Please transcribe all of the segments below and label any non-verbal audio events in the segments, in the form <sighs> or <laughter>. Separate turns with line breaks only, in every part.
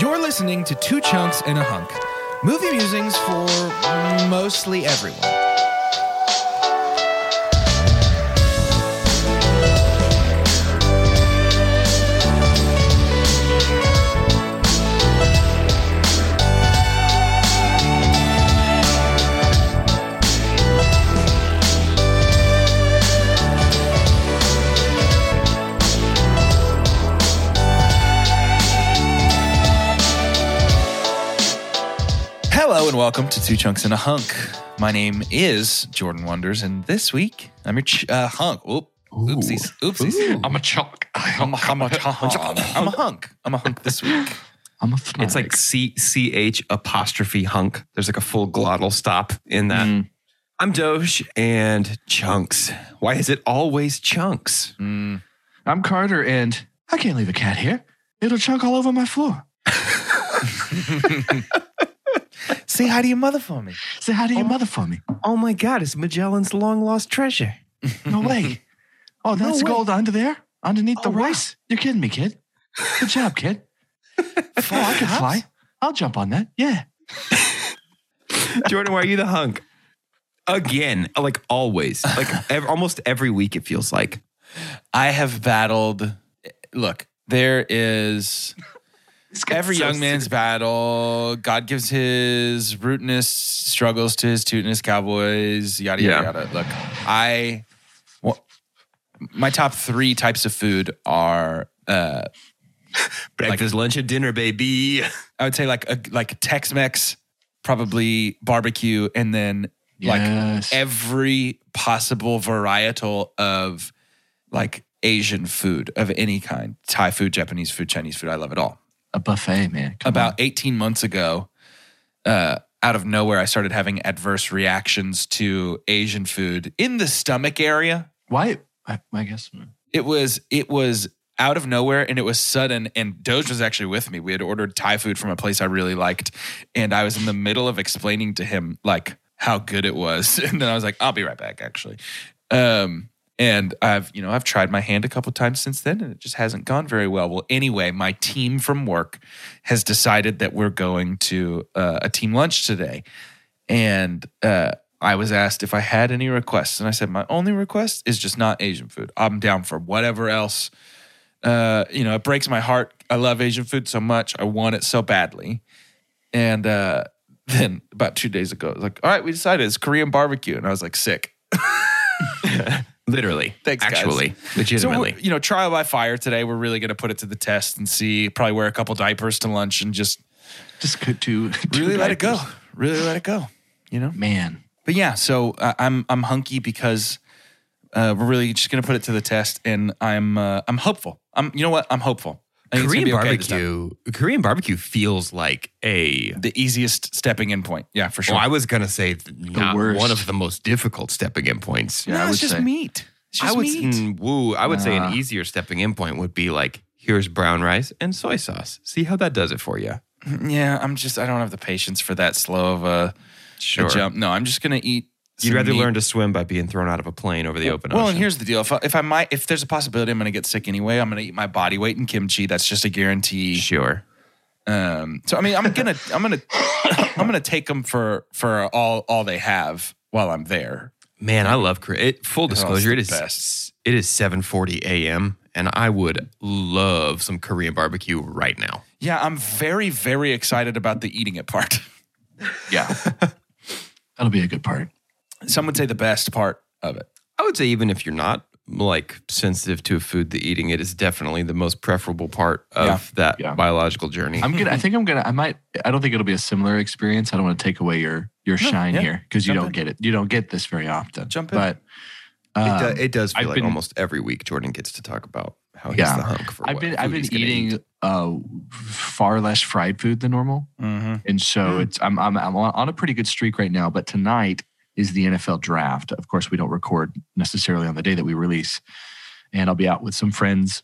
You're listening to Two Chunks and a Hunk, movie musings for mostly everyone. Hello and welcome to Two Chunks and a Hunk. My name is Jordan Wonders, and this week I'm your ch- uh, hunk. Oop, oopsies, oopsies.
I'm a chunk.
I'm, a-
<laughs>
I'm, a, hunk. I'm a hunk. I'm a hunk this week.
I'm a fanatic.
It's like C C H apostrophe hunk. There's like a full glottal stop in that.
Mm,
I'm Doge and Chunks. Why is it always Chunks?
mm.
I'm Carter, and I can't leave a cat here. It'll chunk all over my floor.
Say hi to your mother for me.
Say hi to your mother for me.
Oh my God, it's Magellan's long
<laughs>
lost treasure.
No way. Oh, that's
way.
gold under there, underneath the
Oh, wow.
rice. You're kidding me, kid. Good
<laughs>
job, kid. oh, I can fly. I'll jump on that. Yeah.
Jordan, why are you the hunk? Again, like always,
<laughs>
like ev- almost every week, it feels like.
I have battled. Look, there is every young man's battle. God gives his rootness struggles to his tootiness cowboys. Yada yada
Yeah.
yada. Look, I wha- my top three types of food are. Uh,
Breakfast, lunch, and dinner, baby. <laughs>
I would say like a, like Tex-Mex, probably barbecue, and then like
Yes.
every possible varietal of like Asian food of any kind, Thai food, Japanese food, Chinese food. I love it all.
a buffet, man. Come
About 18 months ago, uh, out of nowhere, I started having adverse reactions to Asian food in the stomach area.
on. why? I, I guess. hmm.
It was it was out of nowhere and it was sudden and Doge was actually with me. We had ordered Thai food from a place I really liked and I was in the middle of explaining to him like how good it was <laughs> and then I was like I'll be right back actually. Um and I've you know I've tried my hand a couple times since then and it just hasn't gone very well. Well anyway, my team from work has decided that we're going to uh, a team lunch today. And uh I was asked if I had any requests, and I said my only request is just not Asian food. I'm down for whatever else. Uh, you know, it breaks my heart. I love Asian food so much. I want it so badly. And uh, <laughs> then about two days ago, it was like, all right, we decided it's Korean barbecue, and I was like, sick.
Literally.
Thanks, guys.
Actually,
So
legitimately.
we're- you know, trial by fire today. We're really going to put it to the test and see. Probably wear a couple diapers to lunch and just
Just could do.
really let it go. Really let it go. You know.
Man.
But yeah, so uh, I'm I'm hunky because uh, we're really just gonna put it to the test, and I'm uh, I'm hopeful. I'm you know what I'm hopeful. I think it's gonna
Korean
be okay this time.
barbecue. Korean barbecue feels like a
the easiest stepping in point. Yeah, for sure.
Well, I was gonna say th- not
worst.
one of the most difficult stepping in points.
Yeah, I
no,
would
it's just
say-
meat. It's just
I would
meat.
mm, woo. I would say
Nah.
an easier stepping in point would be like here's brown rice and soy sauce. See how that does it for you.
mm, yeah, I'm just I don't have the patience for that slow of a, a
Sure.
jump. No, I'm just gonna eat.
You'd
some
rather
meat.
learn to swim by being thrown out of a plane over the open
Well,
ocean.
and here's the deal: if I, if I might, if there's a possibility I'm gonna get sick anyway, I'm gonna eat my body weight in kimchi. That's just a guarantee.
sure.
Um, so I mean, I'm <laughs> gonna, I'm gonna, <coughs> I'm gonna take them for for all all they have while I'm there.
Man, I love Korea. It, full
Oh, It's
disclosure, it
the
is
best.
it is 7:40 a.m. and I would love some Korean barbecue right now.
Yeah, I'm very very excited about the eating it part. <laughs> yeah,
That'll be a good part.
some would say the best part of it.
I would say even if you're not like sensitive to food, the eating it is definitely the most preferable part of
Yeah.
that
Yeah.
biological journey.
I'm
<laughs>
gonna. I think I'm gonna. I might. I don't think it'll be a similar experience. I don't want to take away your your shine
yeah.
here because you
Jump
don't
in.
get it. You don't get this very often.
Jump in.
But
it,
um,
do, it does feel
I've
like
been-
almost every week Jordan gets to talk about how he's
Yeah.
the hunk for
I've
what
been.
food
I've been
he's gonna
eating
eat.
uh far less fried food than normal,
Mm-hmm.
and so
Mm.
it's. I'm. I'm. I'm on on a pretty good streak right now. But tonight is the NFL draft. Of course, we don't record necessarily on the day that we release, and I'll be out with some friends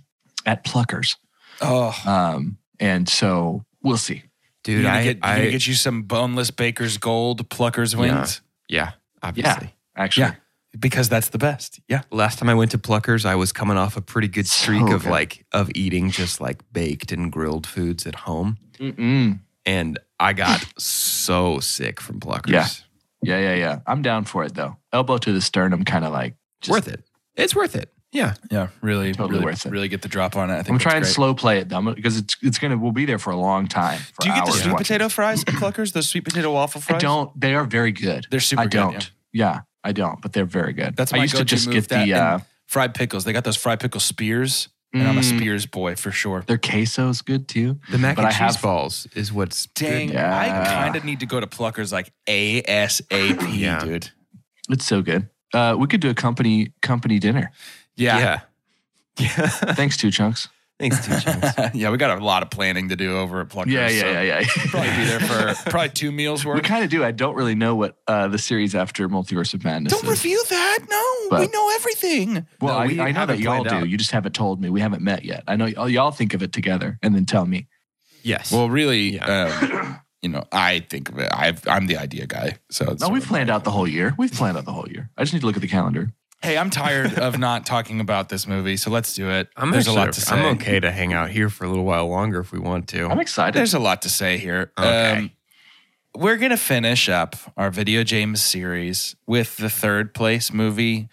<clears throat> at Pluckers.
Oh,
Um, and so we'll see.
you're
dude.
gonna,
I,
get, you're
I-
gonna get you some boneless baker's gold pluckers wings.
yeah, obviously.
Actually,
Yeah. because that's the best. Yeah.
Last time I went to Pluckers, I was coming off a pretty good streak
So
of
good.
like of eating just like baked and grilled foods at home,
Mm-mm.
and I
<laughs>
got so sick from Pluckers.
Yeah. Yeah, yeah, yeah. I'm down for it though. Elbow to the sternum, kind of like. Just,
worth it. It's worth it. Yeah.
Yeah. Really,
Totally
really,
worth it.
really get the drop on it. I think
I'm
that's
trying to
great.
slow play it though, because it's it's gonna we'll be there for a long time. for
Do you get the
hours
sweet
watching.
potato
<clears throat>
fries at Cluckers? Those sweet potato waffle
I
fries?
don't. They are very good.
They're super
I
good, yeah.
don't. yeah. I don't. But they're very good.
That's
I
my
used to
go-to
just
move,
get
that
the. Uh,
and- Fried pickles. They got those fried pickle spears, and I'm a
mm,
spears boy for sure.
Their queso's good too.
The mac
But
and
I
cheese
have-
balls is what's
Dang,
Good. Yeah.
I kind of need to go to Pluckers like ASAP,
Yeah.
dude.
It's so good. Uh, we could do a company company dinner.
<laughs> Yeah.
Yeah.
<laughs>
Yeah.
Thanks, two chunks.
Thanks, teachers.
Yeah. we got a lot of planning to do over at Pluckers.
Yeah,
so
yeah, yeah, yeah.
Probably be there <laughs> for probably two meals
<laughs> we
worth.
kind of do. I don't really know what uh, the series after Multiverse of Madness.
Don't
is.
review that. No, we
But-
know everything.
Well,
No,
I,
we
I know
haven't
that y'all
planned
do.
out.
You just haven't told me. We haven't met yet. I know y'all, y'all think of it together and then tell me.
<laughs> yes.
Well, really,
Yeah.
um, you know, I think of it. I've, I'm the idea guy. So it's
No,
sort
we've
of
planned
like-
out the whole year. We've planned out the whole year. I just need to look at the calendar.
Hey, I'm tired of not talking about this movie, so let's do it.
I'm
There's
actually,
a lot to say.
I'm okay to hang out here for a little while longer if we want to.
I'm excited.
There's a lot to say here. Um,
Okay.
we're going to finish up our Video James series with the third place movie,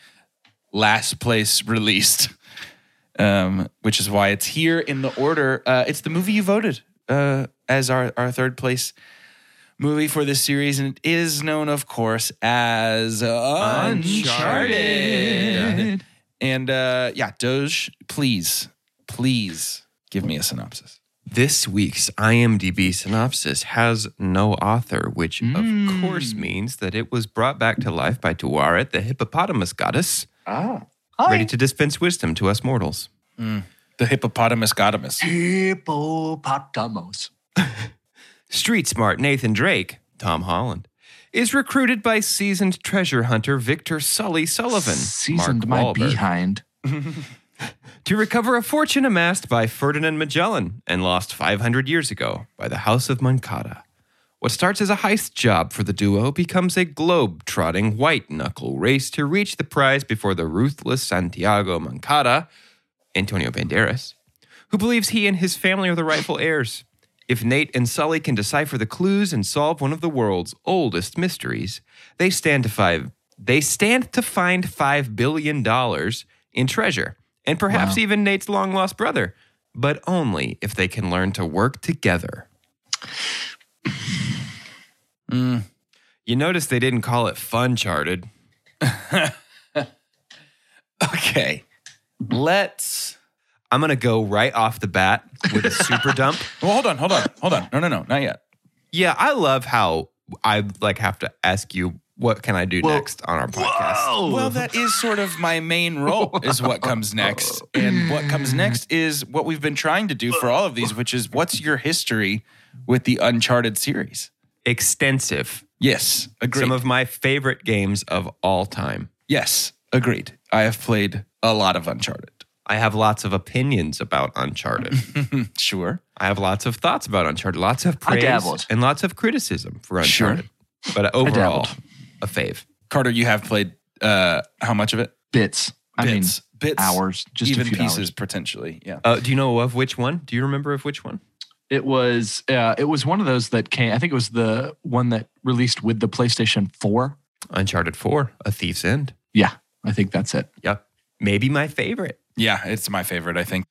last place released, <laughs> um, which is why it's here in the order. Uh, it's the movie you voted uh, as our, our third place movie for this series. And it is known, of course, as Uncharted.
Uncharted.
And uh, yeah, Doge, please, please give me a synopsis.
This week's IMDb synopsis has no author, which
Hmm.
of course means that it was brought back to life by Tuaret, the hippopotamus goddess,
Ah.
ready to dispense wisdom to us mortals.
The hippopotamus godamus.
Hippopotamus.
Street smart Nathan Drake, Tom Holland, is recruited by seasoned treasure hunter Victor Sully Sullivan,
Seasoned my
Mark Wahlberg,
behind.
to recover a fortune amassed by Ferdinand Magellan and lost 500 years ago by the House of Moncada. What starts as a heist job for the duo becomes a globe trotting white knuckle race to reach the prize before the ruthless Santiago Moncada, Antonio Banderas, who believes he and his family are the rightful heirs. If Nate and Sully can decipher the clues and solve one of the world's oldest mysteries, they stand to five they stand to find five billion dollars in treasure, and perhaps even Nate's long lost brother, but only if they can learn to work together. You notice they didn't call it fun charted.
Okay. Let's.
I'm gonna go right off the bat with a super dump.
Well, hold on, hold on, hold on. No, no, no, not yet.
Yeah, I love how I like have to ask you what can I do
Well-
next on our podcast.
Oh.
Well, that is sort of my main role, is what comes next. And what comes next is what we've been trying to do for all of these, which is what's your history with the Uncharted series?
Extensive.
Yes, agreed.
Some of my favorite games of all time.
yes, agreed. I have played a lot of Uncharted.
I have lots of opinions about
<laughs>
Uncharted.
Sure.
I have lots of thoughts about Uncharted, lots of praise
dabbled.
and lots of criticism for
Sure.
Uncharted. But overall,
dabbled.
a fave.
Carter, you have played uh, how much of it?
Bits. I mean,
Bits. Bits.
hours. Just
even
a few
pieces,
hours.
potentially. Yeah.
Uh, do you know of which one? Do you remember of which one?
It was. Uh, it was one of those that came. I think it was the one that released with the PlayStation Four.
Uncharted 4, A Thief's End.
Yeah, I think that's it.
Yep. Maybe my favorite.
Yeah, it's my favorite. I think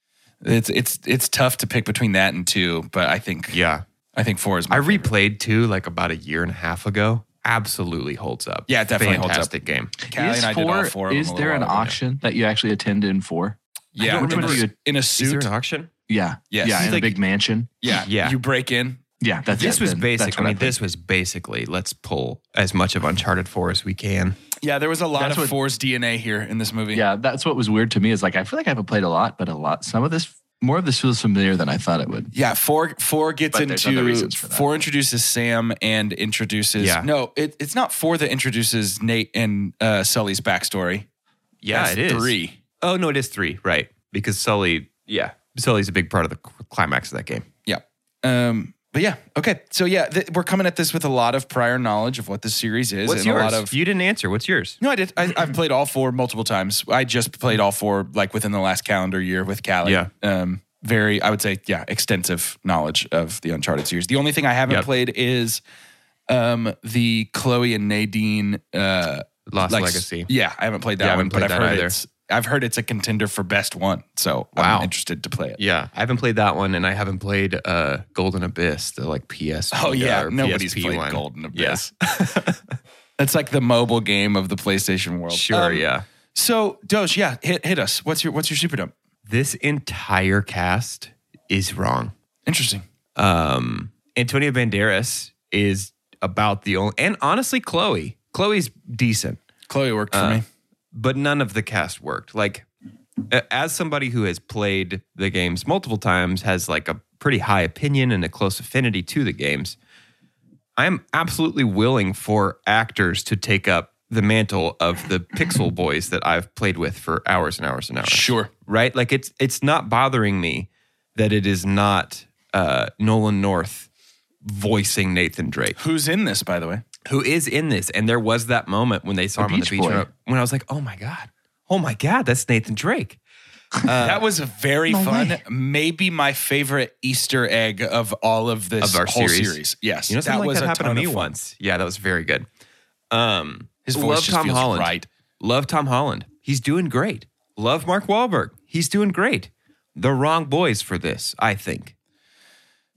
it's it's it's tough to pick between that and two, but I think
Yeah.
I think four is. My
I
favorite.
replayed 2 like about a year and a half ago. Absolutely holds up.
Yeah, it definitely holds up.
Fantastic game.
Callie
is
and I did all four. Of
is
them a
there an
little while ago.
auction that you actually attend in for? I
Yeah,
don't
in
remember
a,
you-
in a
Is there
suit.
an auction?
Yeah.
Yes.
Yeah, in
Like-
a big mansion.
yeah,
Yeah.
You break in.
Yeah, that's
this
it
was
then. That's
basic. I
what
mean,
played.
this was basically let's pull as much of Uncharted 4 as we can.
Yeah, there was a lot
That's
of
what-
four's DNA here in this movie.
Yeah, that's what was weird to me is like I feel like I haven't played a lot, but a lot. Some of this, more of this feels familiar than I thought it would.
Yeah, four four gets
But there's
into
other reasons for that.
four introduces Sam and introduces
Yeah.
no, it, it's not four that introduces Nate and uh, Sully's backstory.
Yeah,
That's
it is.
three.
Oh no, it is three, right? Because Sully, yeah, Sully's a big part of the cl- climax of that game.
Yeah. Um, But yeah, okay. So yeah, th- we're coming at this with a lot of prior knowledge of what this series is
What's
and
yours?
a lot of
you didn't answer. What's yours?
No, I did. I, I've played all four multiple times. I just played all four like within the last calendar year with Callie.
Yeah.
Um, very, I would say, yeah, extensive knowledge of the Uncharted series. The only thing I haven't
Yep.
played is um, the Chloe and Nadine uh,
Lost
like,
Legacy.
Yeah, I haven't played that
Yeah, I
one,
haven't
but
played
I've
that
heard
either.
it's. I've heard it's a contender for best one, so
Wow.
I'm interested to play it.
Yeah, I haven't played that one, and I haven't played uh, Golden Abyss, the like uh, PS.
Oh yeah,
or
nobody's
PSP
played
one.
Golden
Yeah.
Abyss.
<laughs>
<laughs> That's like the mobile game of the PlayStation world.
Sure,
Um,
yeah.
So Doge, yeah, hit hit us. What's your what's your super dump?
This entire cast is wrong.
Interesting.
Um, Antonio Banderas is about the only, and honestly, Chloe. Chloe's decent.
Chloe worked for
Uh,
me.
but none of the cast worked. Like, a- as somebody who has played the games multiple times, has like a pretty high opinion and a close affinity to the games, I'm absolutely willing for actors to take up the mantle of the pixel boys that I've played with for hours and hours and hours.
Sure.
Right? Like, it's it's not bothering me that it is not uh, Nolan North voicing Nathan Drake
Who's in this, by the way?
who is in this. And there was that moment when they saw him on the
Beach
beach
Boy.
when I- when I was like, oh my God. Oh my God, that's Nathan Drake. Uh,
that was very
no
fun.
way.
Maybe my favorite Easter egg of all of this
Of our
whole
series.
series. Yes.
You know, something
that
like
was
that
a
happened to
ton
me
of fun.
once. Yeah, that was very good. Um,
His voice
love
just
Tom
feels
Holland.
right.
Love Tom Holland. He's doing great. Love Mark Wahlberg. He's doing great. The wrong boys for this, I think.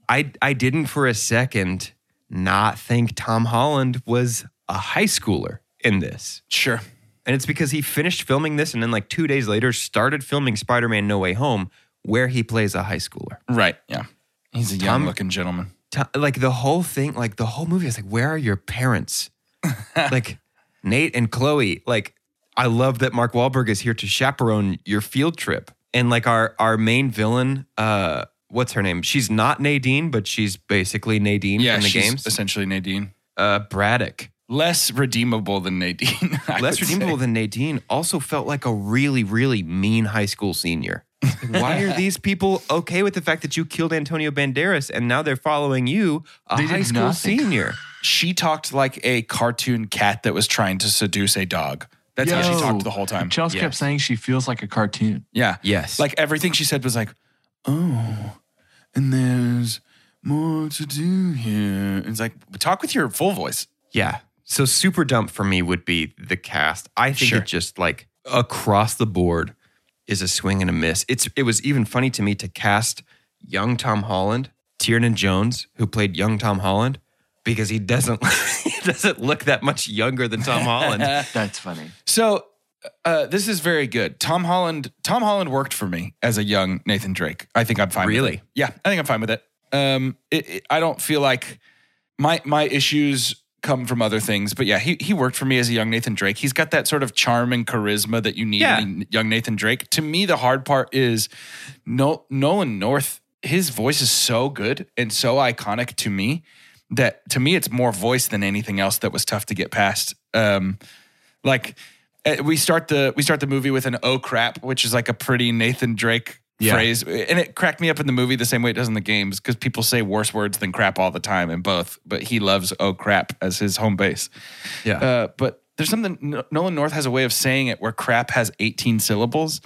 I I didn't for a second not think Tom Holland was a high schooler in this.
Sure.
And it's because he finished filming this and then, like, two days later, started filming Spider Man No Way Home, where he plays a high schooler.
Right. Yeah. He's a young looking gentleman.
T- like, the whole thing, like, the whole movie is like, where are
<laughs>
your parents? like, Nate and Chloe, like, I love that Mark Wahlberg is here to chaperone your field trip. And, like, our, our main villain, uh, what's her name? She's not Nadine, but she's basically Nadine
Yeah.
from the
she's
games.
essentially Nadine.
Uh, Braddock.
Less redeemable than Nadine. <laughs> I
less
would say.
redeemable than Nadine also felt like a really, really mean high school senior. Why
<laughs>
are these people okay with the fact that you killed Antonio Banderas and now they're following you, a
They did
high school
nothing.
<laughs>
senior?
She talked like a cartoon cat that was trying to seduce a dog. That's how she
Yo.
talked the whole time.
Chelsea kept
Yes.
saying she feels like a cartoon.
Yeah.
Yes.
Like everything she said was like, oh, and there's more to do here. And it's like, talk with your full voice.
Yeah. So super dump for me would be the cast. I think
Sure.
it just like across the board is a swing and a miss. It's it was even funny to me to cast young Tom Holland, Tiernan Jones, who played young Tom Holland, because he doesn't <laughs> he doesn't look that much younger than Tom
<laughs>
Holland.
That's funny.
So uh, this is very good. Tom Holland, Tom Holland worked for me as a young Nathan Drake. I think I'm fine. with
Really?
it. Yeah, I think I'm fine with it. Um, it, it- I don't feel like my my issues come from other things, but yeah, he he worked for me as a young Nathan Drake. He's got that sort of charm and charisma that you need
Yeah.
in a young Nathan Drake. To me, the hard part is no, Nolan North. His voice is so good and so iconic to me that to me it's more voice than anything else that was tough to get past. Um, like eh, we start the we start the movie with an oh crap which is like a pretty nathan drake
Yeah.
phrase and it cracked me up in the movie the same way it does in the games because people say worse words than crap all the time in both but he loves oh crap as his home base
Yeah.
uh, but there's something N- nolan north has a way of saying it where crap has 18 syllables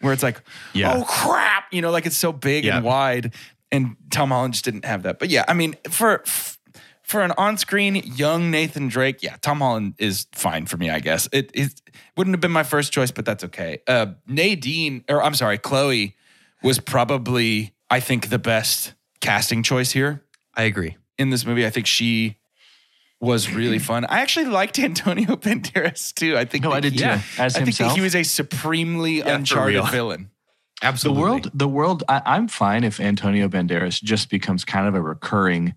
where it's like
Yeah.
oh crap you know like it's so big
Yeah.
and wide and tom holland just didn't have that but yeah i mean for for an on-screen young Nathan Drake, yeah, Tom Holland is fine for me, I guess. It, it wouldn't have been my first choice, but that's okay. Uh, Nadine, or I'm sorry, Chloe was probably, I think, the best casting choice here
I agree.
in this movie. I think she was really fun. I actually liked Antonio <laughs> Banderas too. I think
No,
that
I did
he-
Yeah.
too. As
I think
himself,
that he was a supremely
for real.
uncharted villain.
the
Absolutely.
world. The world. I, I'm fine if Antonio Banderas just becomes kind of a recurring,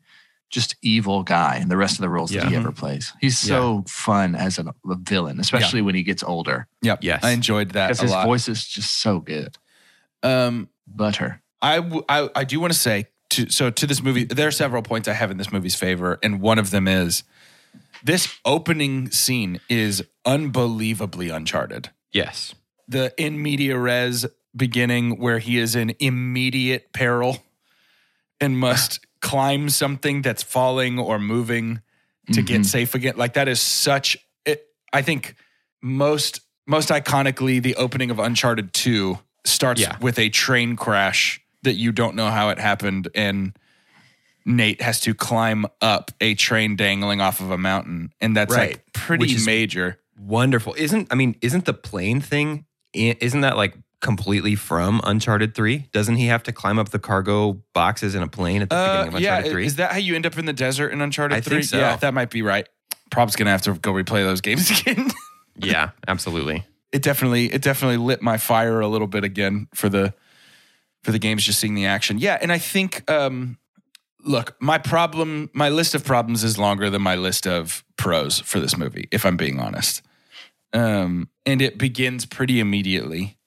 just evil guy in the rest of the roles
Yeah.
that he ever plays. He's so fun as an- a villain, especially when he gets older,
Yep.
Yes.
I enjoyed that
because
a
his
lot.
voice is just so good.
um,
Butter.
I, w- I, I do want to say to so to this movie, there are several points I have in this movie's favor, and one of them is this opening scene is unbelievably uncharted.
Yes.
The in media
<sighs>
res beginning where he is in immediate peril and must climb something that's falling or moving to
Mm-hmm.
get safe again. Like that is such. It, I think most most iconically, the opening of Uncharted Two starts
Yeah.
with a train crash that you don't know how it happened, and Nate has to climb up a train dangling off of a mountain, and that's
Right.
like pretty
Which is-
major.
Wonderful. Isn't I mean, isn't the plane thing i- isn't that like completely from Uncharted 3? Doesn't he have to climb up the cargo boxes in a plane at the
Uh,
beginning of
yeah,
Uncharted 3?
is that how you end up in the desert in Uncharted
I think
Three?
so.
Yeah, that might be right. Prob's gonna have to go replay those games <laughs> again.
yeah, absolutely.
it definitely it definitely lit my fire a little bit again for the for the games just seeing the action yeah and i think um look my problem my list of problems is longer than my list of pros for this movie if i'm being honest um and it begins pretty immediately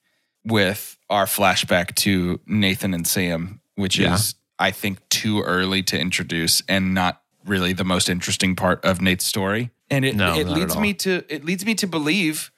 with our flashback to nathan and sam which
Yeah.
is i think too early to introduce and not really the most interesting part of nate's story and it,
No,
it
not at
leads
all.
me to it leads me to believe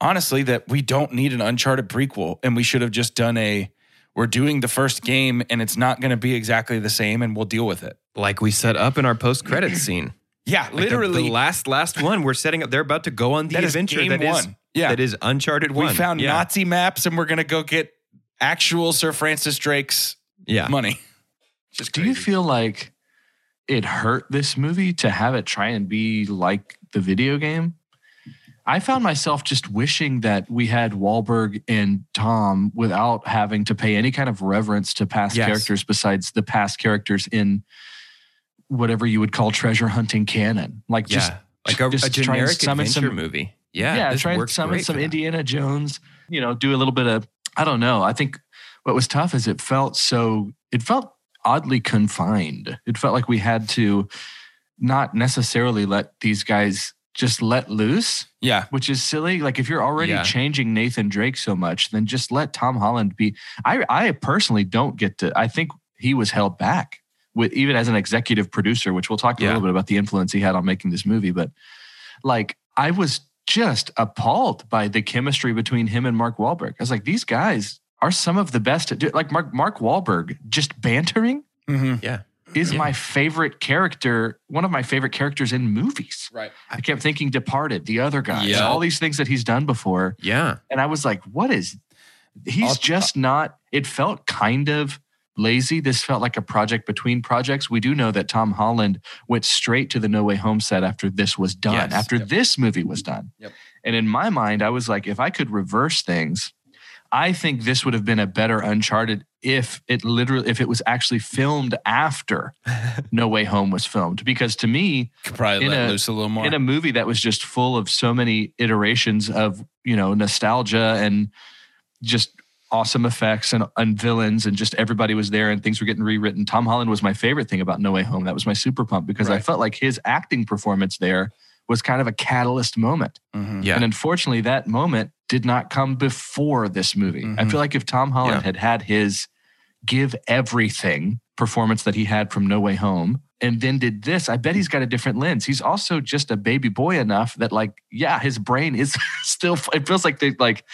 honestly that we don't need an uncharted prequel and we should have just done a we're doing the first game and it's not going to be exactly the same and we'll deal with it
Like we set up in our
<clears throat>
post-credit scene.
yeah
Like the-
literally
the, last last one we're setting up they're about to go on the
That is
adventure
game
that is
one. Yeah.
that is Uncharted 1.
we found
yeah.
nazi maps and we're going to go get actual sir francis drake's
yeah.
money <laughs> just
Do you feel like it hurt this movie to have it try and be like the video game? I found myself just wishing that we had Wahlberg and Tom without having to pay any kind of reverence to past
Yes.
characters besides the past characters in whatever you would call treasure hunting canon. Like just
yeah. Like a,
just
a
try and
generic
summon
adventure
some-
movie. Yeah.
yeah,
this
try and
works
summon
great
some
for that.
Indiana Jones, you know, do a little bit of, I don't know. I think what was tough is it felt so, it felt oddly confined. It felt like we had to not necessarily let these guys just let loose,
yeah
which is silly. Like if you're already
Yeah.
changing Nathan Drake so much, then just let Tom Holland be. I, I personally don't get to, I think he was held back. With, even as an executive producer, which we'll talk a
Yeah.
little bit about the influence he had on making this movie, but like I was just appalled by the chemistry between him and Mark Wahlberg. I was like, these guys are some of the best at do like Mark Mark Wahlberg just bantering
hmm
is
Yeah.
my favorite character, one of my favorite characters in movies.
right
I kept thinking Departed, the other guy,
Yeah.
all these things that he's done before.
Yeah.
And I was like, what is he's
I'll-
just not it felt kind of lazy. This felt like a project between projects. We do know that Tom Holland went straight to the No Way Home set after this was done,
Yes.
after
Yep.
this movie was done.
Yep.
And in my mind, I was like, if I could reverse things, I think this would have been a better Uncharted if it literally if it was actually filmed
<laughs>
after No Way Home was filmed. Because to me,
could probably
In
let
a-
loose a little more
in a movie that was just full of so many iterations of you know nostalgia and just awesome effects and, and villains and just everybody was there and things were getting rewritten tom holland was my favorite thing about no way home that was my super pump because i
Right.
felt like his acting performance there was kind of a catalyst moment
Mhm.
Yeah.
and unfortunately that moment did not come before this movie i
Mhm.
feel like if tom holland
Mm-hmm. Yeah.
had had his give everything performance that he had from No Way Home and then did this, I bet he's got a different lens. He's also just a baby boy enough that like, yeah, his brain is <laughs> still it feels like they like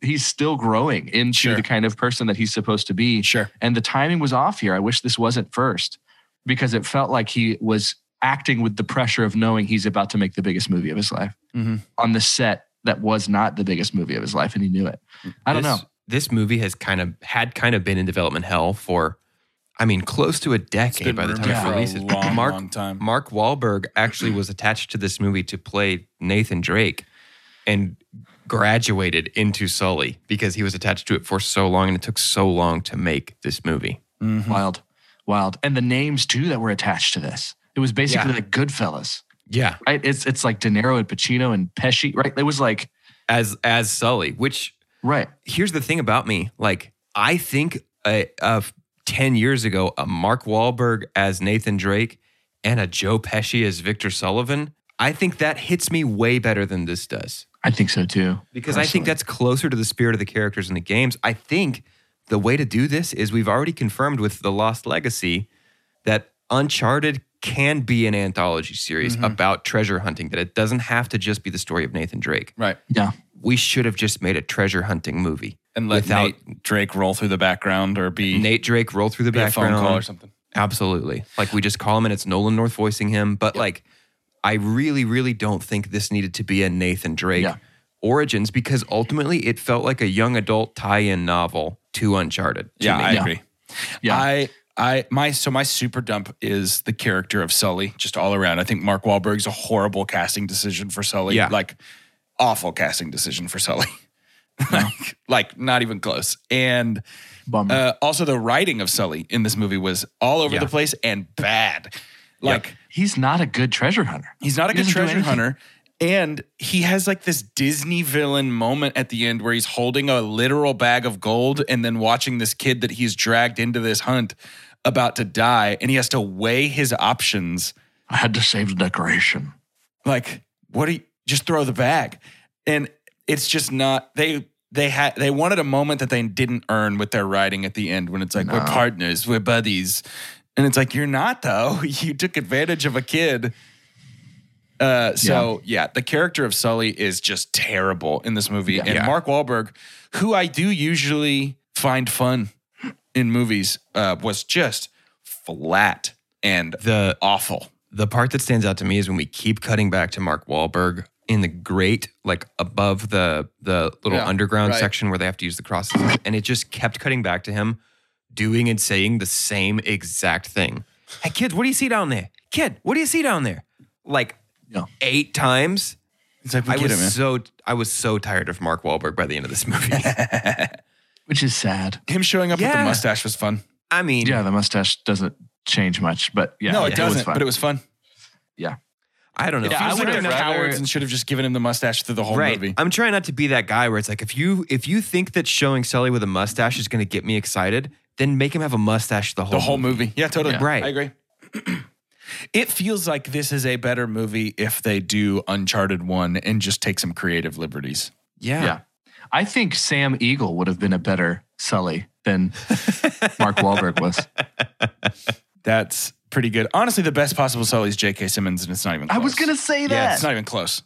he's still growing into
Sure.
the kind of person that he's supposed to be.
sure
And the timing was off here. I wish this wasn't first because it felt like he was acting with the pressure of knowing he's about to make the biggest movie of his life
Mm-hmm.
Mhm.
on the set that was not the biggest movie of his life and he knew it. I don't know.
This- This movie has kind of had kind of been in development hell for, I mean, close to a decade by the time
rumored
it
for
released.
a long,
Mark
long time
Mark Wahlberg actually was attached to this movie to play Nathan Drake, and graduated into Sully because he was attached to it for so long, and it took so long to make this movie.
Mhm.
Wild, wild, and the names too that were attached to this. It was basically
Yeah.
like Goodfellas,
Yeah,
right? It's it's like De Niro and Pacino and Pesci, right? It was like
as as Sully, which
right,
here's the thing about me. Like, I think uh, of 10 years ago, a Mark Wahlberg as Nathan Drake and a Joe Pesci as Victor Sullivan, I think that hits me way better than this does
I think so too.
because I think
Personally.
that's closer to the spirit of the characters in the games. I think the way to do this is we've already confirmed with The Lost Legacy that Uncharted can be an anthology series
Mm-hmm.
about treasure hunting, that it doesn't have to just be the story of Nathan Drake.
right
Yeah,
We should have just made a treasure hunting movie.
and let
Without-
Nate Drake roll through the background or be,
<laughs> Nate Drake roll through the
be a phone
background
call or something
Absolutely. Like we just call him and it's Nolan North voicing him. But like, I really, really don't think this needed to be a Nathan Drake
Yeah.
origins because ultimately it felt like a young adult tie-in novel to Uncharted. to
yeah,
me.
I
Yeah.
agree.
Yeah.
I I my so my super dump is the character of Sully, just all around. I think Mark Wahlberg's a horrible casting decision for Sully.
Yeah.
Like awful casting decision for Sully. <laughs>
Uh-huh.
like, like not even close. And
Bummer.
uh, also the writing of Sully in this movie was all over
Yeah.
the place and bad. Like
He's not a good treasure hunter.
He's not a
He
good
doesn't do
treasure
anything.
hunter. And he has like this Disney villain moment at the end where he's holding a literal bag of gold and then watching this kid that he's dragged into this hunt about to die. And he has to weigh his options.
I had to save the decoration.
Like, what do you just throw the bag? And it's just not, they, they had they wanted a moment that they didn't earn with their writing at the end when it's like we're
No.
partners we're buddies and it's like you're not though <laughs> you took advantage of a kid Uh, so yeah. the character of Sully is just terrible in this movie,
Yeah.
and
Yeah.
Mark Wahlberg, who I do usually find fun in movies, uh, was just flat and
The
awful.
the part that stands out to me is when we keep cutting back to Mark Wahlberg in the grate, like above the the little
Yeah,
underground
right.
section where they have to use the crosses, and it just kept cutting back to him doing and saying the same exact thing. Hey, kids, what do you see down there? Kid, what do you see down there? Like
Yeah.
eight times.
It's like
I was so I was so tired of Mark Wahlberg by the end of
<laughs>
this movie.
Which is sad.
Him showing up with the
Yeah.
mustache was fun.
I mean,
Yeah, the mustache doesn't change much, but yeah.
no, it
was
doesn't,
fun.
but it was fun.
I don't know.
It
I
feels
would
like
have
they're
rather-
cowards and should have just given him the mustache through the whole
right.
movie.
I'm trying not to be that guy where it's like if you if you think that showing Sully with a mustache is going to get me excited, then make him have a mustache the whole
the whole movie. Yeah, totally.
Yeah.
Right.
I agree. <clears throat> it feels like this is a better movie if they do Uncharted 1 and just take some creative liberties.
Yeah.
Yeah. I think Sam Eagle would have been a better Sully
<laughs>
than Mark Wahlberg was.
That's pretty good. Honestly, the best possible Sully is J.K. Simmons, and it's not even
I
close.
was going to say that.
Yeah, it's not even close.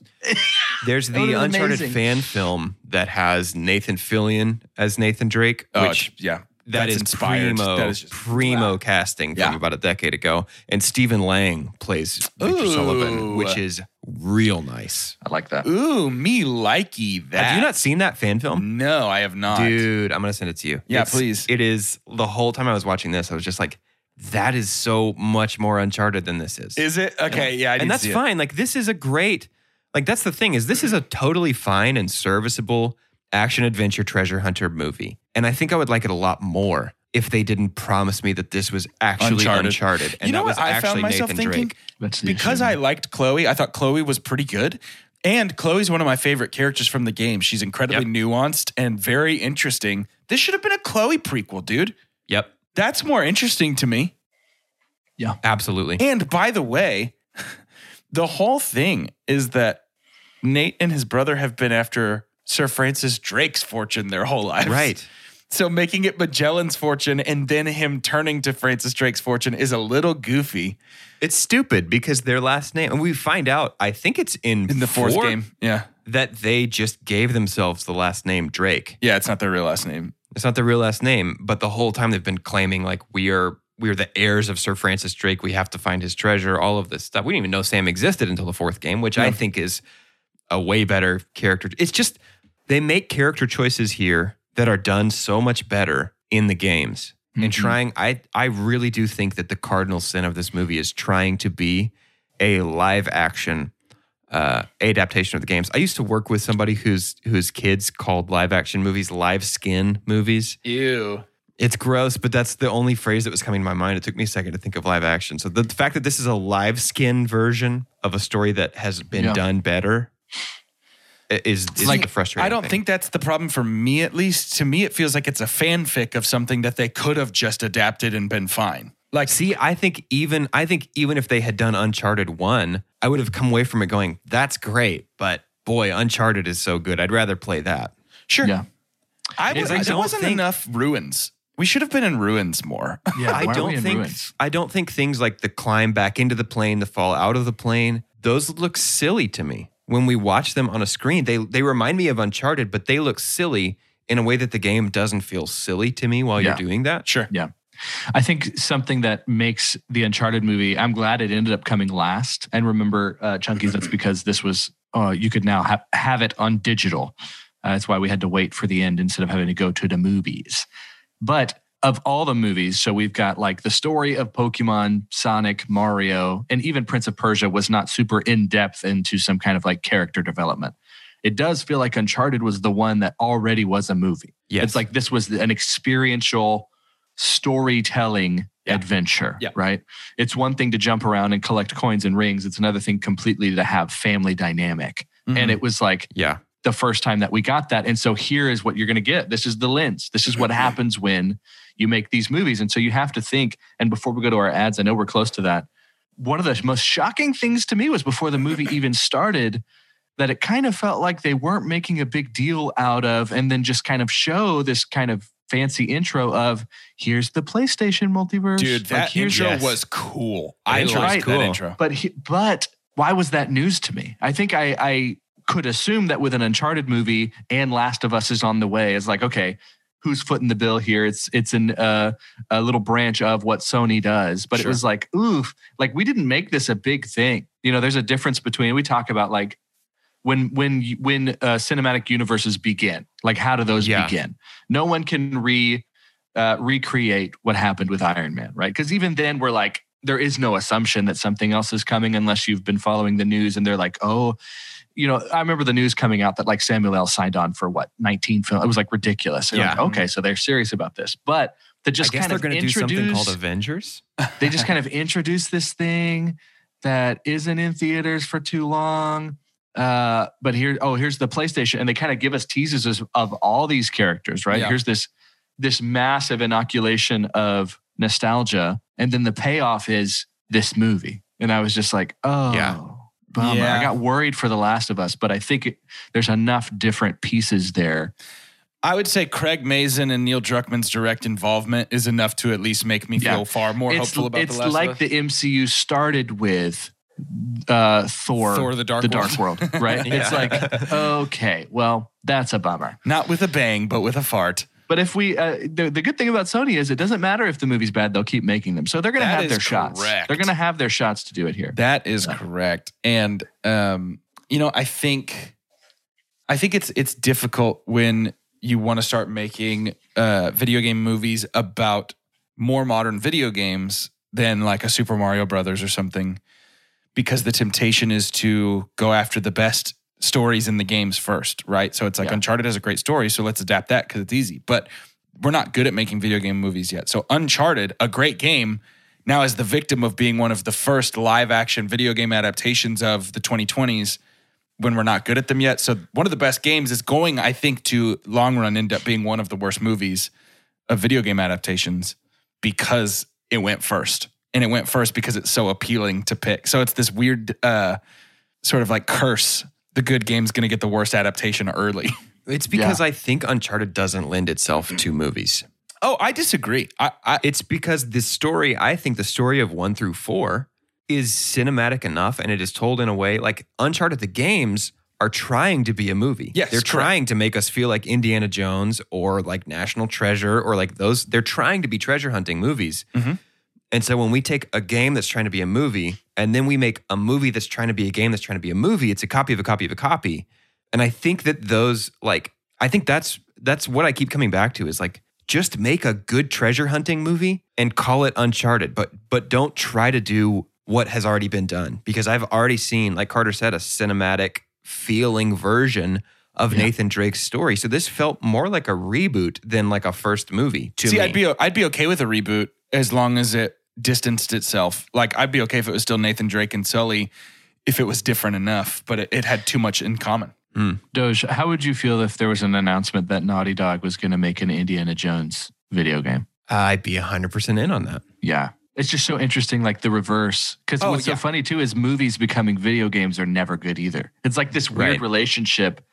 There's
would've
the
been
Uncharted
amazing.
fan film that has Nathan Fillion as Nathan Drake,
Oh,
which
it's- yeah.
that is
inspired.
primo,
That is just,
primo casting
Yeah.
from about a decade ago. And Stephen Lang plays Victor
Ooh.
Sullivan, which is real nice.
I like that.
ooh, me likey that.
Have you not seen that fan film?
No, I have not.
Dude, I'm gonna send it to you.
Yeah,
It's-
please.
It is the whole time I was watching this, I was just like, that is so much more Uncharted than this is.
Is it? Okay, yeah, I didn't
and that's
see it.
fine. Like this is a great, like that's the thing is this is a totally fine and serviceable action adventure treasure hunter movie, and I think I would like it a lot more if they didn't promise me that this was actually
Uncharted.
Uncharted, and
you know
that was
what I
actually
found myself
Nathan
thinking?
Drake.
That's the
because
issue.
I liked Chloe, I thought Chloe was pretty good. And Chloe's one of my favorite characters from the game. She's incredibly nuanced and very interesting. This should have been a Chloe prequel, dude.
Yep,
That's more interesting to me.
absolutely.
And by the way, <laughs> the whole thing is that Nate and his brother have been after Sir Francis Drake's fortune their whole lives.
right.
<laughs> So making it Magellan's fortune and then him turning to Francis Drake's fortune is a little goofy
It's stupid because their last name, and we find out, I think it's in
in the fourth
four,
game. Yeah.
that they just gave themselves the last name Drake.
Yeah, it's not their real last name.
It's not their real last name, but the whole time they've been claiming like we are we are the heirs of Sir Francis Drake. We have to find his treasure. All of this stuff. We didn't even know Sam existed until the fourth game, which
Yeah.
I think is a way better character. It's just they make character choices here that are done so much better in the games. And
Mhm.
trying, I I really do think that the cardinal sin of this movie is trying to be a live action uh, adaptation of the games. I used to work with somebody whose whose kids called live action movies live skin movies.
Ew.
It's gross, but that's the only phrase that was coming to my mind. It took me a second to think of live action. So the, the fact that this is a live skin version of a story that has been
Yeah.
done better i- is, is
like,
the frustrating.
I don't
thing.
think that's the problem for me, at least. To me, it feels like it's a fanfic of something that they could have just adapted and been fine. Like,
See, I think even I think even if they had done Uncharted one, I would have come away from it going, "That's great," but boy, Uncharted is so good. I'd rather play that.
sure.
Yeah.
I
It's
was,
like,
there
don't
wasn't
think-
enough ruins. We should have been in ruins more. <laughs>
Yeah, why
I
are we
don't
in
think
ruins?
I don't think things like the climb back into the plane, the fall out of the plane, those look silly to me. When we watch them on a screen, they they remind me of Uncharted, but they look silly in a way that the game doesn't feel silly to me while
Yeah.
you're doing that.
sure.
Yeah. I think something that makes the Uncharted movie, I'm glad it ended up coming last. And remember, uh, Chunkies, that's because this was, uh, you could now ha- have it on digital. Uh, that's why we had to wait for the end instead of having to go to the movies. But of all the movies, so we've got like the story of Pokemon, Sonic, Mario, and even Prince of Persia was not super in depth into some kind of like character development. It does feel like Uncharted was the one that already was a movie.
Yes.
It's like this was an experiential storytelling
Yeah.
adventure,
Yeah.
right? It's one thing to jump around and collect coins and rings, it's another thing completely to have family dynamic.
Mm-hmm.
And it was like
yeah,
the first time that we got that. And so here is what you're going to get. This is the lens. This is what happens when you make these movies. And so you have to think. And before we go to our ads, I know we're close to that. One of the most shocking things to me was before the movie even started that it kind of felt like they weren't making a big deal out of and then just kind of show this kind of fancy intro of here's the PlayStation multiverse.
Dude, that
like, here's
intro
yes.
was cool.
That
I
intro
liked
was
that
cool.
intro.
but he, but why was that news to me? I think I I could assume that with an Uncharted movie and Last of Us is on the way, it's like okay, who's footing the bill here? It's it's an uh, a little branch of what Sony does, but
Sure.
it was like oof, like we didn't make this a big thing. You know, there's a difference between we talk about like when when you- when uh, cinematic universes begin, like how do those
Yeah.
begin? No one can re uh, recreate what happened with Iron Man, right? Because even then, we're like, there is no assumption that something else is coming unless you've been following the news and they're like, oh, you know, I remember the news coming out that like Samuel L. signed on for what, 19 film. It was like ridiculous. And I'm
Yeah.
like, okay, so they're serious about this. But to
I
just
guess
kind
they're
of
going to do
introduce,
something called Avengers.
<laughs>
they just kind of introduce this thing that isn't in theaters for too long. Uh, but here, oh, here's the PlayStation, and they kind of give us teases of, of all these characters, right?
Yeah.
Here's this this massive inoculation of nostalgia, and then the payoff is this movie. And I was just like, oh,
Yeah.
bummer.
Yeah.
I got worried for The Last of Us, but I think it, there's enough different pieces there.
I would say Craig Mazin and Neil Druckmann's direct involvement is enough to at least make me
Yeah.
feel far more
it's
hopeful about
it's
the last
like
of Us.
the MCU started with uh, Thor,
Thor: The Dark
the
World.
Dark World, right? It's
Yeah.
like okay, well, that's a bummer.
Not with a bang, but with a fart.
But if we, uh, the, the good thing about Sony is it doesn't matter if the movie's bad; they'll keep making them. So they're going to
That
have
is
their shots.
correct.
They're going to have their shots to do it here.
That is
Yeah.
correct. And um, you know, I think I think it's it's difficult when you want to start making uh video game movies about more modern video games than like a Super Mario Brothers or something because the temptation is to go after the best stories in the games first, right? So it's like
Yeah.
Uncharted has a great story, so let's adapt that cuz it's easy. But we're not good at making video game movies yet. So Uncharted, a great game, now is the victim of being one of the first live action video game adaptations of the 2020s when we're not good at them yet. So one of the best games is going, I think, to long run end up being one of the worst movies of video game adaptations because it went first. And it went first because it's so appealing to pick. So it's this weird uh sort of like curse. The good game's gonna get the worst adaptation early. <laughs>
It's because I think Uncharted doesn't lend itself to movies.
oh, I disagree. I, I
It's because the story, I think the story of one through four is cinematic enough and it is told in a way like Uncharted the games are trying to be a movie.
Yes,
They're
correct.
trying to make us feel like Indiana Jones or like National Treasure or like those. They're trying to be treasure hunting movies.
Mhm.
And so when we take a game that's trying to be a movie and then we make a movie that's trying to be a game that's trying to be a movie, it's a copy of a copy of a copy. And I think that those like I think that's that's what I keep coming back to is like just make a good treasure hunting movie and call it Uncharted, but but don't try to do what has already been done because I've already seen, like Carter said, a cinematic feeling version of
Yeah.
Nathan Drake's story. So this felt more like a reboot than like a first movie to
See,
me.
I'd be I'd be okay with a reboot as long as it distanced itself. Like I'd be okay if it was still Nathan Drake and Sully, if it was different enough, but it, it had too much in common.
Doge, how would you feel if there was an announcement that Naughty Dog was going to make an Indiana Jones video game?
I'd be 100% in on that.
Yeah. It's just so interesting, like the reverse. Because
Oh,
what's
yeah.
so funny too is movies becoming video games are never good either. It's like this weird
Right.
relationship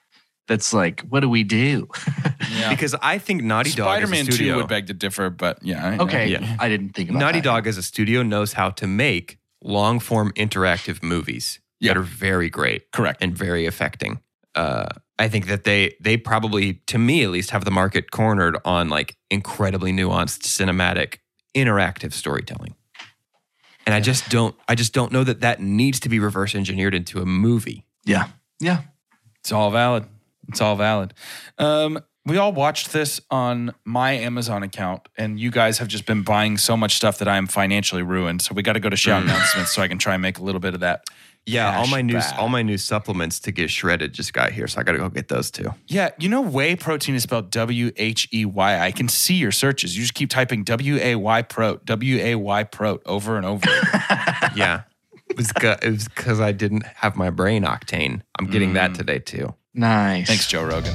that's like, what do we do?
<laughs>
<laughs>
Yeah.
Because I think Naughty
Spider-Man
Dog as
2
a studio,
would beg to differ, but yeah. I-
Okay.
Yeah.
I didn't think about
Naughty
that.
Dog as a studio knows how to make long form interactive movies
Yeah.
that are very great.
Correct.
and very affecting. Uh, I think that they they probably, to me at least, have the market cornered on like incredibly nuanced cinematic interactive storytelling. And I just don't I just don't know that that needs to be reverse engineered into a movie.
Yeah. Yeah.
It's all valid. It's all valid. Um, we all watched this on my Amazon account, and you guys have just been buying so much stuff that I am financially ruined. So we got to go to shout announcements so I can try and make a little bit of that.
Yeah, all
Cash
my new
back.
all my new supplements to get shredded just got here, so I got to go get those too.
Yeah, you know, whey protein is spelled W H E Y. I can see your searches. You just keep typing W A Y pro, W A Y pro over and over.
Yeah. It was because I didn't have my brain octane. I'm getting that today too.
Nice.
Thanks, Joe Rogan.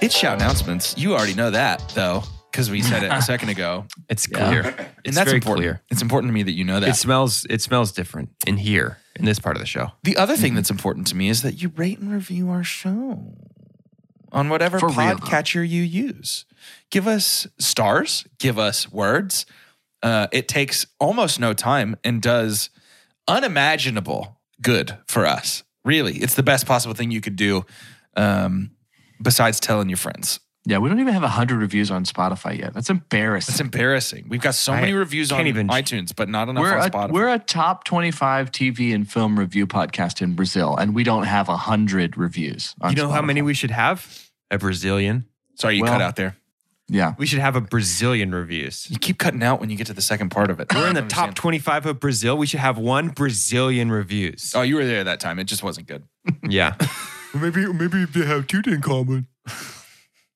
It's shout announcements. You already know that, though, because we said it
<laughs>
a second ago.
It's
Yeah.
clear.
And
It's
that's
very
important.
clear.
It's important to me that you know that.
It smells it smells different in here in this part of the show.
the other
Mm-hmm.
thing that's important to me is that you rate and review our show on whatever
For real, though.
podcatcher you use. Give us stars, give us words. Uh, it takes almost no time and does unimaginable good for us. Really, it's the best possible thing you could do um, besides telling your friends.
Yeah, we don't even have 100 reviews on Spotify yet. That's
It's
embarrassing.
embarrassing. We've got so
I
many reviews
can't
on
even-
iTunes, but not enough
We're
on
a,
Spotify.
we're a top 25 TV and film review podcast in Brazil, and we don't have 100 reviews. On
you know how
Spotify.
many we should have? A Brazilian.
Sorry, you
well-
cut out there.
Yeah.
We should have a Brazilian reviews.
You keep cutting out when you get to the second part of it.
We're in
<laughs>
the
I don't
top
understand.
25 of Brazil. We should have one Brazilian reviews.
Oh, you were there that time. It just wasn't good.
yeah. <laughs> maybe maybe they have two in common.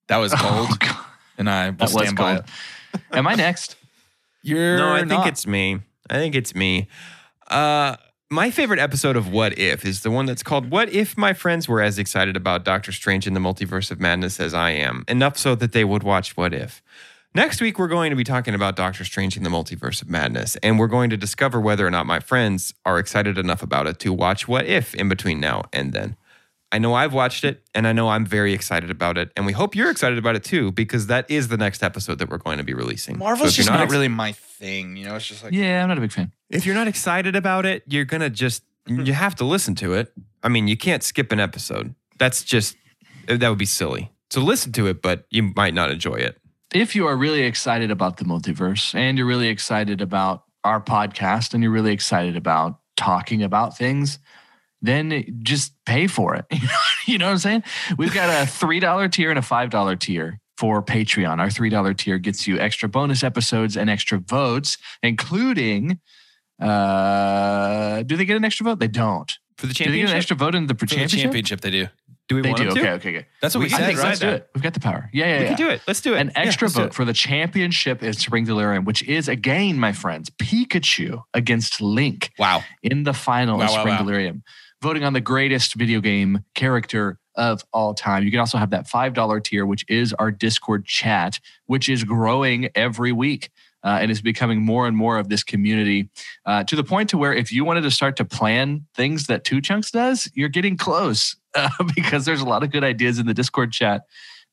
That <laughs> was
Oh,
gold,
God.
and I will
<laughs> That was
stand by
gold.
it.
Am I next?
You're
no, I think
not.
it's me. I think it's me. Uh, my favorite episode of What If is the one that's called What If My Friends Were As Excited About Doctor Strange in the Multiverse of Madness as I Am, enough so that they would watch What If. Next week, we're going to be talking about Doctor Strange in the Multiverse of Madness, and we're going to discover whether or not my friends are excited enough about it to watch What If in between now and then. I know I've watched it, and I know I'm very excited about it, and we hope you're excited about it too, because that is the next episode that we're going to be releasing.
Marvel's
So if you're
just not
ex-
really my thing. You know, it's just like
Yeah, I'm not a big fan.
if you're not excited about it, you're gonna just
Hmm.
you have to listen to it. I mean, you can't skip an episode. That's just that would be silly. So listen to it, but you might not enjoy it.
If you are really excited about the multiverse and you're really excited about our podcast and you're really excited about talking about things, then just pay for it. <laughs> you know what I'm saying? We've got a $3 tier and a $5 tier for Patreon. Our $3 tier gets you extra bonus episodes and extra votes, including uh do they get an extra vote? They don't.
For the
Do they get an
championship,
extra vote in the
for the
championship?
championship they do.
do we
They
want
do.
them to?
Okay, okay, okay.
That's what we,
We
said,
can
I think
right?
let's do it. We've got the power. Yeah, yeah,
We
yeah.
can do it. Let's do it.
An
Yeah,
extra
let's do
vote
it.
for the championship is to bring Delirium, which is again, my friends, Pikachu against Link
Wow.
in the final of
Wow, wow,
Spring
wow.
Delirium, voting on the greatest video game character of all time. You can also have that $5 tier, which is our Discord chat, which is growing every week. uh, and is becoming more and more of this community uh, to the point to where if you wanted to start to plan things that Two Chunks does, you're getting close <laughs> uh, because there's a lot of good ideas in the Discord chat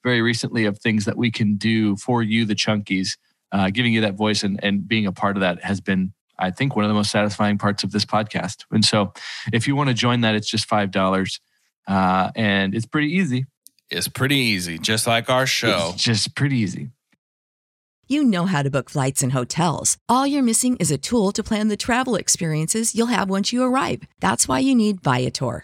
very recently of things that we can do for you, the Chunkies. Uh, giving you that voice and, and being a part of that has been I think one of the most satisfying parts of this podcast. And so if you want to join that, it's just five dollars. Uh, and it's pretty easy.
It's pretty easy, just like our show.
It's just pretty easy.
You know how to book flights and hotels. All you're missing is a tool to plan the travel experiences you'll have once you arrive. That's why you need Viator.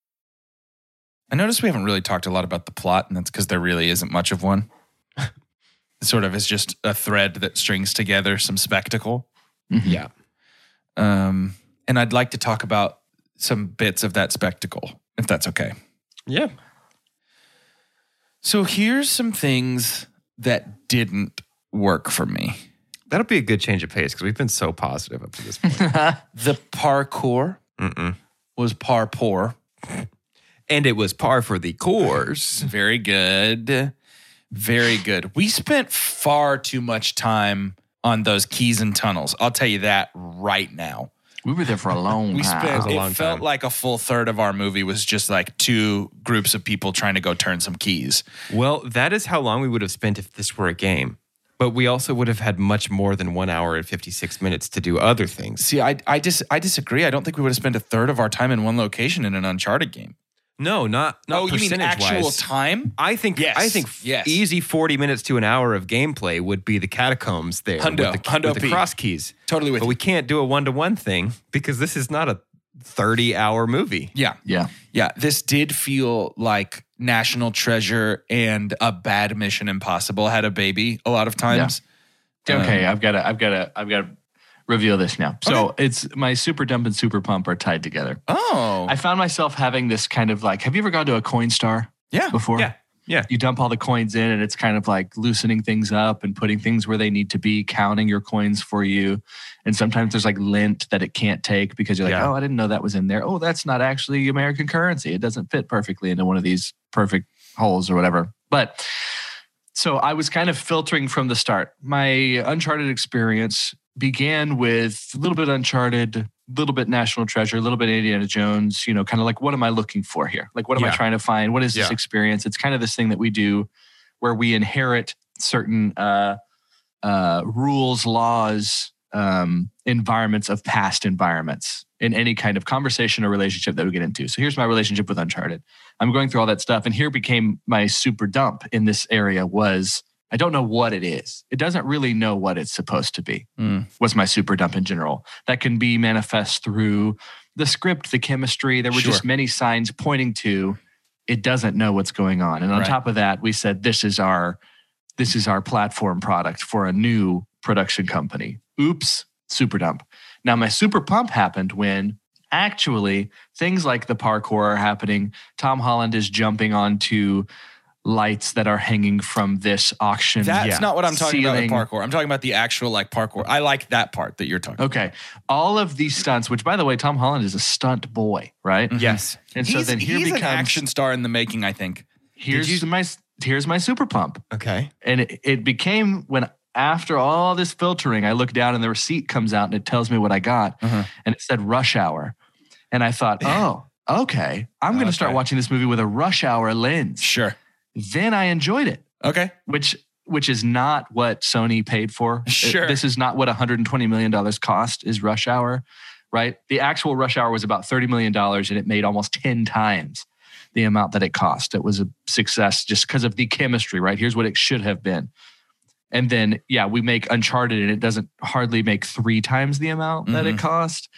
I noticed we haven't really talked a lot about the plot, and that's because there really isn't much of one. It sort of is just a thread that strings together some spectacle.
Yeah.
Um, and I'd like to talk about some bits of that spectacle, if that's okay.
Yeah.
So here's some things that didn't work for me.
That'll be a good change of pace because we've been so positive up to this
<laughs>
point.
The parkour was par poor.
and it was par for the course.
Very good. Very good. We spent far too much time on those keys and tunnels. I'll tell you that right now.
We were there for a
<laughs>
long
We
time.
spent,
a
it
long
felt
time.
like a full third of our movie was just like two groups of people trying to go turn some keys.
Well, that is how long we would have spent if this were a game. But we also would have had much more than one hour and 56 minutes to do other things.
See, I, I, dis, I disagree. I don't think we would have spent a third of our time in one location in an Uncharted game.
No, not, not
oh, you mean
percentage-wise.
actual time?
I think
Yes,
I think f-
yes.
easy 40 minutes to an hour of gameplay would be the catacombs there
Hundo,
with the,
hundo
with the
P.
cross keys.
Totally with
But
you.
we can't do a one-to-one thing because this is not a 30-hour movie.
yeah.
yeah.
Yeah, this did feel like National Treasure and a bad Mission Impossible had a baby a lot of times.
Okay, I've got to, I've got to, I've got to reveal this now. So it's my super dump and super pump are tied together.
Oh,
I found myself having this kind of like, have you ever gone to a coin star
yeah.
before?
Yeah. Yeah.
You dump all the coins in, and it's kind of like loosening things up and putting things where they need to be, counting your coins for you. And sometimes there's like lint that it can't take because you're like,
Yeah.
oh, I didn't know that was in there. Oh, that's not actually American currency. It doesn't fit perfectly into one of these perfect holes or whatever. But so I was kind of filtering from the start. My Uncharted experience began with a little bit Uncharted, a little bit National Treasure, a little bit Indiana Jones, you know, kind of like, what am I looking for here? Like, what am I
Yeah.
trying to find? What is this
Yeah.
experience? It's kind of this thing that we do where we inherit certain uh, uh, rules, laws, um, environments of past environments in any kind of conversation or relationship that we get into. So here's my relationship with Uncharted. I'm going through all that stuff. And here became my super dump in this area was I don't know what it is. It doesn't really know what it's supposed to be,
Mm.
was my super dump in general. That can be manifest through the script, the chemistry. There were just
Sure.
many signs pointing to it doesn't know what's going on. And on
Right.
top of that, we said this is our this is our platform product for a new production company. Oops, super dump. Now my super pump happened when actually things like the parkour are happening Tom Holland is jumping onto lights that are hanging from this auction.
That's
Yeah.
not what I'm talking
Ceiling. Oh,
about with parkour. I'm talking about the actual like parkour. I like that part that you're talking. about.
Okay. All of these stunts, which by the way, Tom Holland is a stunt boy, right?
Yes.
And so
Mm-hmm. he's
then here
he's
becomes
an action star in the making. I think.
here's
Did you-
my here's my super pump.
Okay.
And it, it became when after all this filtering, I look down and the receipt comes out and it tells me what I got.
Uh-huh.
And it said rush hour. And I thought, oh, okay. I'm gonna start
Okay.
watching this movie with a rush hour lens.
Sure.
Then I enjoyed it.
Okay.
which which is not what Sony paid for. It-
Sure.
this is not what 120 million dollars cost is Rush Hour, right? The actual Rush Hour was about 30 million dollars and it made almost 10 times the amount that it cost. It was a success just because of the chemistry, right? Here's what it should have been. And then yeah, we make Uncharted and it doesn't hardly make 3 times the amount that it cost.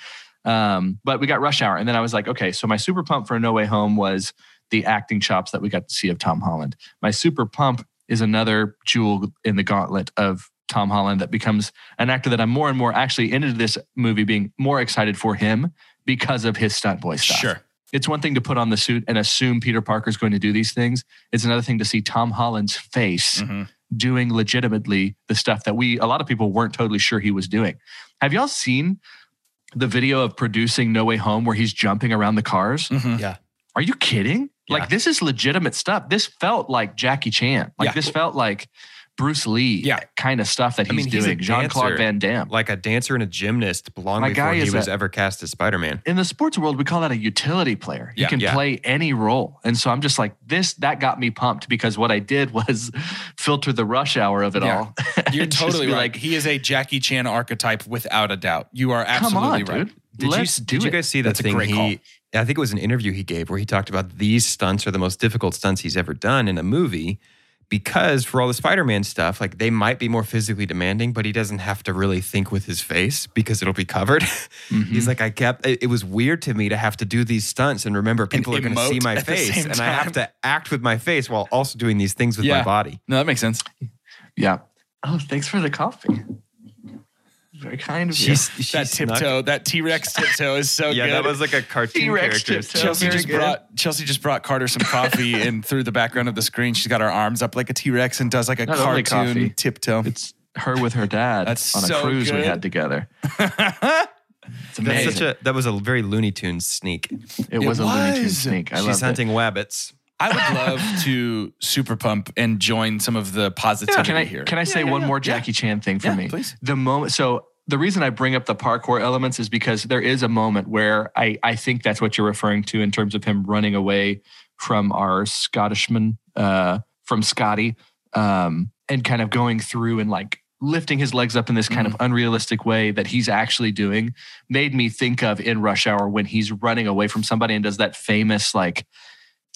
Um, but we got Rush Hour and then I was like, okay, so my super pump for No Way Home was the acting chops that we got to see of Tom Holland. My super pump is another jewel in the gauntlet of Tom Holland that becomes an actor that I'm more and more actually into this movie being more excited for him because of his stunt boy stuff.
Sure.
It's one thing to put on the suit and assume Peter Parker's going to do these things. It's another thing to see Tom Holland's face
Mhm.
doing legitimately the stuff that we a lot of people weren't totally sure he was doing. Have y'all seen the video of producing No Way Home where he's jumping around the cars?
Mhm.
Are you kidding?
Yeah.
Like this is legitimate stuff. This felt like Jackie Chan. Like
Yeah.
this felt like Bruce Lee
Yeah.
kind of stuff that he's
I mean, he's a
doing. Jean Claude
dancer.
Van Damme.
Like a dancer and a gymnast long
My
before
guy
he
is
was
a-
ever cast as Spider Man.
in the sports world, we call that a utility player. He
Yeah,
can
yeah.
play any role. And so I'm just like, this, that got me pumped because what I did was <laughs> filter the rush hour of it
Yeah.
all.
<laughs>
<laughs>
You're
And just
totally
be
right. he is a Jackie Chan archetype without a doubt. You are
Come
absolutely
on,
right.
dude.
Did
Let's
you
do
did you
it.
guys see that
That's a
thing?
great
he,
call.
I think it was an interview he gave where he talked about these stunts are the most difficult stunts he's ever done in a movie because for all the Spider-Man stuff, like they might be more physically demanding, but he doesn't have to really think with his face because it'll be covered. <laughs> He's like, I kept. It, it was weird to me to have to do these stunts and remember people are going to
emote
see my
at the
face,
same
and I have
time.
to act with my face while also doing these things with my
Yeah.
body.
No, that makes sense.
Yeah. Oh, thanks for the coffee. Very kind of you.
She's, she's
that
snuck-
tiptoe, that T
<laughs>
Rex tiptoe is so
Yeah,
good.
that was like a cartoon
T-Rex
character.
tiptoe.
Chelsea
Very
just
good.
brought Chelsea just brought Carter some
<laughs>
coffee and through the background of the screen, she's got her arms up like a T Rex and does like a
Not only coffee.
cartoon tiptoe.
It's her with her dad
That's
on a
so
cruise we
good.
had together. it's
That's
amazing.
such a. That was a very Looney Tunes sneak.
it was a Looney Tunes
was.
sneak. I
She's
love it.
hunting wabbits.
I would love to super pump and join some of the positivity
Can I
here.
can I say one more Jackie Chan thing for
Yeah,
me?
please.
The moment. So the reason I bring up the parkour elements is because there is a moment where I I think that's what you're referring to in terms of him running away from our Scottishman, uh, from Scotty, um, and kind of going through and like lifting his legs up in this kind of
Mm-hmm.
unrealistic way that he's actually doing made me think of in rush hour when he's running away from somebody and does that famous like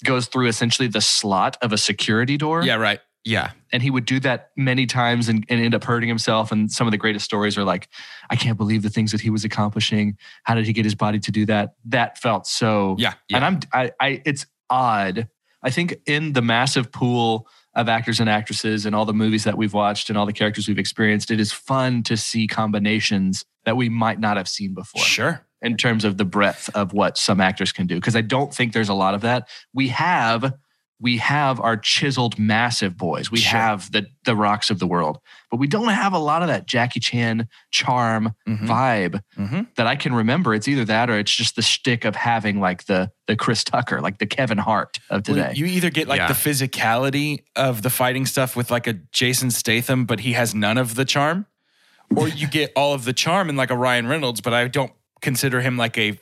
goes through essentially the slot of a security door
yeah, right.
Yeah.
and he would do that many times and, and end up hurting himself and some of the greatest stories are like i can't believe the things that he was accomplishing how did he get his body to do that that felt so
Yeah.
and i'm I, I it's odd i think in the massive pool of actors and actresses and all the movies that we've watched and all the characters we've experienced it is fun to see combinations that we might not have seen before
Sure.
in terms of the breadth of what some actors can do because i don't think there's a lot of that we have we have our chiseled massive boys we
Sure.
have the the rocks of the world but we don't have a lot of that jackie chan charm
Mhm.
vibe
Mhm.
that i can remember it's either that or it's just the shtick of having like the the chris tucker like the kevin hart of
Well,
today
you either get like
Yeah.
the physicality of the fighting stuff with like a Jason Statham, but he has none of the charm, or you get all of the charm in like a Ryan Reynolds, but I don't consider him like a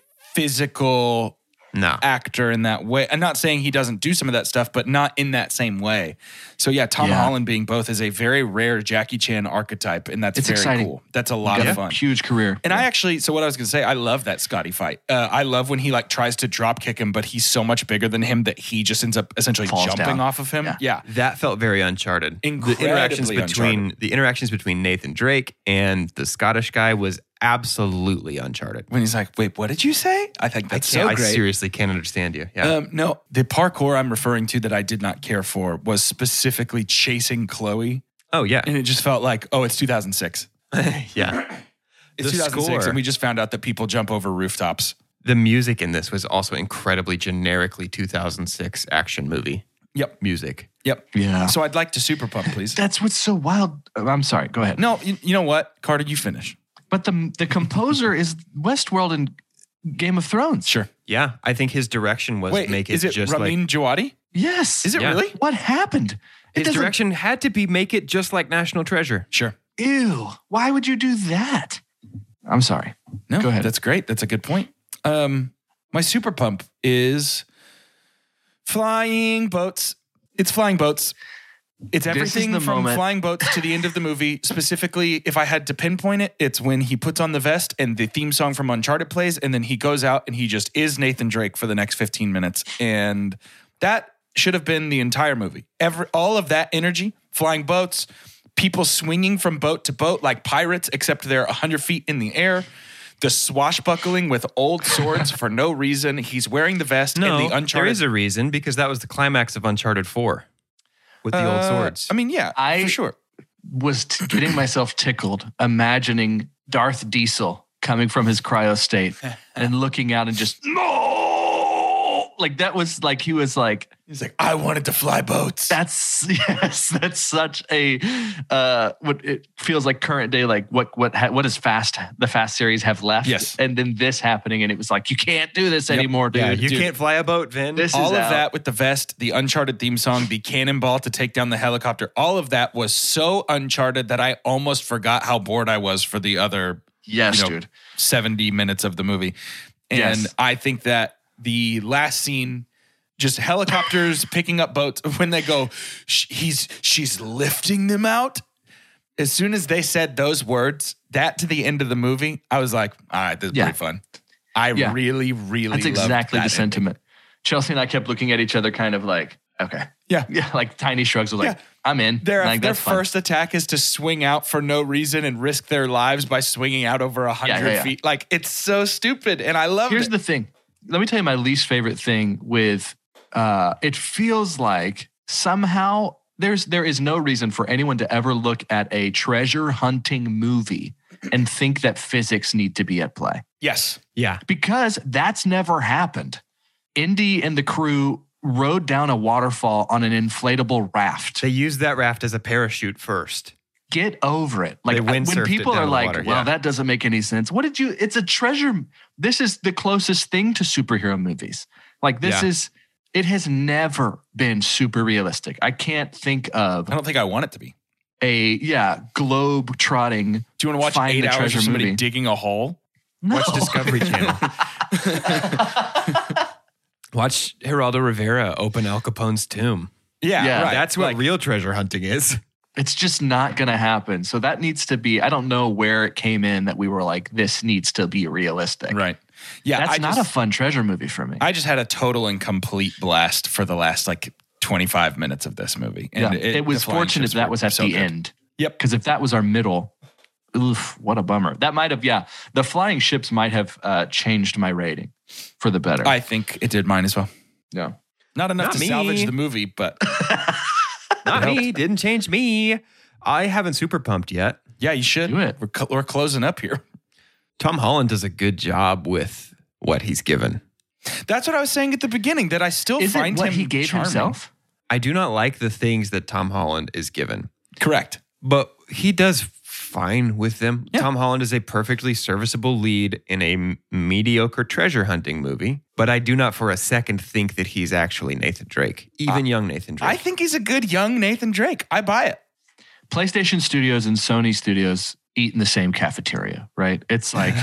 physical
No.
actor in that way. I'm not saying he doesn't do some of that stuff, but not in that same way. So yeah, Tom
Yeah.
Holland being both is a very rare Jackie Chan archetype, and that's
It's
very
exciting.
cool. That's a
Got
lot
a
of fun.
huge career
And I actually, so what I was gonna say, I love that Scotty fight. Uh, I love when he like tries to drop kick him, but he's so much bigger than him that he just ends up essentially
Falls
jumping
down.
off of him.
Yeah.
Yeah,
That felt very uncharted. the
Incredibly
interactions between
uncharted.
the interactions between Nathan Drake and the Scottish guy was absolutely uncharted.
when he's like, "Wait, what did you say?" I think that's
I
so
can't- I
great.
seriously can't understand you. Yeah.
Um, no, the parkour I'm referring to that I did not care for was specifically chasing Chloe,
oh yeah.
and it just felt like, oh, it's 2006.
yeah.
It's
The
2006,
score.
and we just found out that people jump over rooftops.
The music in this was also incredibly generically 2006 action movie
Yep,
music.
yep.
yeah
So I'd like to super pump, please.
that's what's so wild Oh, i'm sorry go ahead
No, you, you know what, Carter, you finish.
but the the composer is westworld and game of thrones
Sure.
Yeah, I think his direction was
Wait,
to make it
is it
just like
Ramin Djawadi?
Yes.
Is it
Yeah.
really?
What happened? It
his
doesn't-
direction had to be make it just like National Treasure.
Sure.
Ew. Why would you do that? I'm sorry.
No,
Go ahead.
That's great. That's a good point. Um, my super pump is flying boats. It's flying boats. It's
This is
everything
the
from
moment-
flying boats to the end of the movie. Specifically, if I had to pinpoint it, it's when he puts on the vest and the theme song from Uncharted plays, and then he goes out and he just is Nathan Drake for the next 15 minutes. And that should have been the entire movie. Every all of that energy, flying boats, people swinging from boat to boat like pirates, except they're 100 feet in the air. The swashbuckling with old swords for no reason. He's wearing the vest
No,
and the
there
Uncharted
is a reason because that was the climax of Uncharted 4 with the old
Uh,
swords.
I mean, yeah,
I-
for sure.
Was t- getting myself tickled imagining Darth <laughs> Diesel coming from his cryo state and looking out and just no like that was like he was like
He's like, I wanted to fly boats.
that's <laughs> yes that's such a uh what it feels like current day like what what ha- what does fast the fast series have left
Yes.
and then this happening and it was like you can't do this
Yep.
anymore dude
Yeah, you
dude.
can't fly a boat, Vin.
This-
all
is
of
out.
that with the vest, the Uncharted theme song, the cannonball to take down the helicopter. All of that was so Uncharted that I almost forgot how bored I was for the other
yes
you know,
dude
70 minutes of the movie. And
Yes.
I think that the last scene, just
<laughs>
helicopters picking up boats, when they go, "Sh- he's she's lifting them out. As soon as they said those words, that to the end of the movie, I was like, all right, this is
Yeah.
pretty fun. I
Yeah.
really, really
that's
loved
exactly
that
the sentiment chelsea and i kept looking at each other kind of like okay <laughs>
Yeah.
yeah like tiny shrugs was like
Yeah.
i'm in
Their,
like,
their
that's fine.
first attack is to swing out for no reason and risk their lives by swinging out over a 100
yeah, yeah.
feet. Like, it's so stupid. And I love
Here's
it.
the thing. Let me tell you my least favorite thing with uh it feels like somehow there's there is no reason for anyone to ever look at a treasure hunting movie and think that physics need to be at play
yes.
yeah.
because that's never happened. Indy and the crew rode down a waterfall on an inflatable raft.
They used that raft as a parachute first.
Get over it. Like
They
when
windsurfed it
people
down
are
the
like,
water,
"Well,
yeah.
that doesn't make any sense." What did you It's a treasure. This is the closest thing to superhero movies. Like this
Yeah.
is it has never been super realistic. I can't think of
I don't think I want it to be.
a yeah, globe trotting
Do you want to watch
Find
eight
the
hours
treasure
of somebody
movie.
digging a hole?
Watch <laughs> Discovery Channel. Watch Geraldo Rivera open Al Capone's tomb.
Yeah,
Yeah.
right.
That's what
Like,
real treasure hunting is.
it's just not going to happen. So that needs to be. I don't know where it came in that we were like, this needs to be realistic.
right. Yeah,
That's
I
not
just,
a fun treasure movie for me.
I just had a total and complete blast for the last like 25 minutes of this movie.
yeah.
And
it,
the
was
flying
fortunate
ships
that
were
was at
so
the
good.
end.
Yep.
Because if that was our middle, oof, what a bummer. That might have, yeah, the flying ships might have uh, changed my rating for the better.
I think it did mine as well.
yeah.
Not enough
Not
to
me.
salvage the movie, but
Not me. Didn't change me. I haven't super pumped yet.
yeah, you should.
Do it.
We're, cl- we're closing up here.
Tom Holland does a good job with what he's given.
That's what I was saying at the beginning that I still
Is it
find
what
him
he gave
charming.
himself?
I do not like the things that Tom Holland is given,
Correct.
but he does fine with them.
Yeah.
Tom Holland is a perfectly serviceable lead in a m- mediocre treasure hunting movie, but I do not for a second think that he's actually Nathan Drake, even young Nathan Drake.
I think he's a good young Nathan Drake. I buy it.
PlayStation Studios and Sony Studios eat in the same cafeteria, right?
<laughs>
It's like,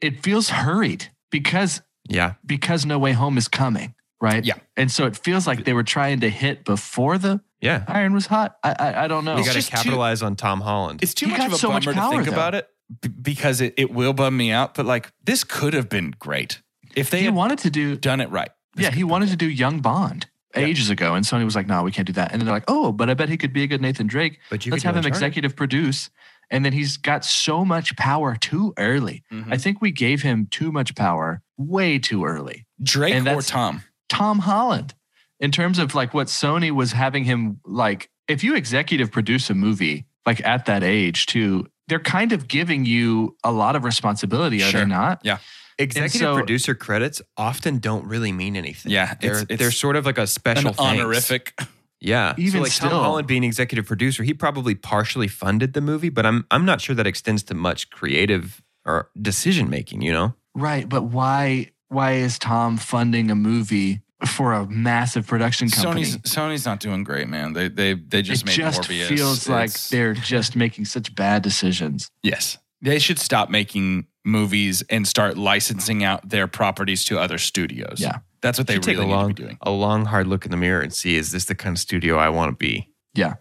it feels hurried because
yeah.
because No Way Home is coming, right?
Yeah.
And so it feels like they were trying to hit before the
Yeah.
iron was hot. I I, I don't know.
You got to
Oh, just too-
capitalize on Tom Holland.
It's too
He
much
got
of a
so much
bummer to
power,
think
though.
about it b- because it, it will bum me out. But like this could have been great if they
he
had
wanted to do
done it right. This
yeah,
could-
he wanted to do Young Bond ages ago, and Sony was like, "No, we can't do that." And they're like, "Oh, but I bet he could be a good Nathan Drake.
But you
Let's
could
have
do
him
Uncharted."
executive produce." And then he's got so much power too early.
Mhm.
Mm-hmm.
I think we gave him too much power way too early.
Drake
and
or
that's-
Tom.
Tom Holland in terms of like what Sony was having him like. If you executive produce a movie like at that age too, they're kind of giving you a lot of responsibility, are
Sure.
they not?
Yeah.
Executive
so-
producer credits often don't really mean anything.
Yeah,
They're,
it's- it's
they're sort of like a special
An
thanks.
honorific.
Yeah.
Even
so like
still.
Tom Holland being executive producer, he probably partially funded the movie, but I'm I'm not sure that extends to much creative or decision making, you know?
Right, but why? Why is Tom funding a movie for a massive production company?
Sony's Sony's not doing great, man. They they they just
it
made
just
Morbius.
feels like
It's-
they're just making such bad decisions.
yes, they should stop making movies and start licensing out their properties to other studios.
Yeah.
that's what they
Should
really
take a
need
long
to be doing.
a long hard look in the mirror and see is this the kind of studio I want to be?
Yeah,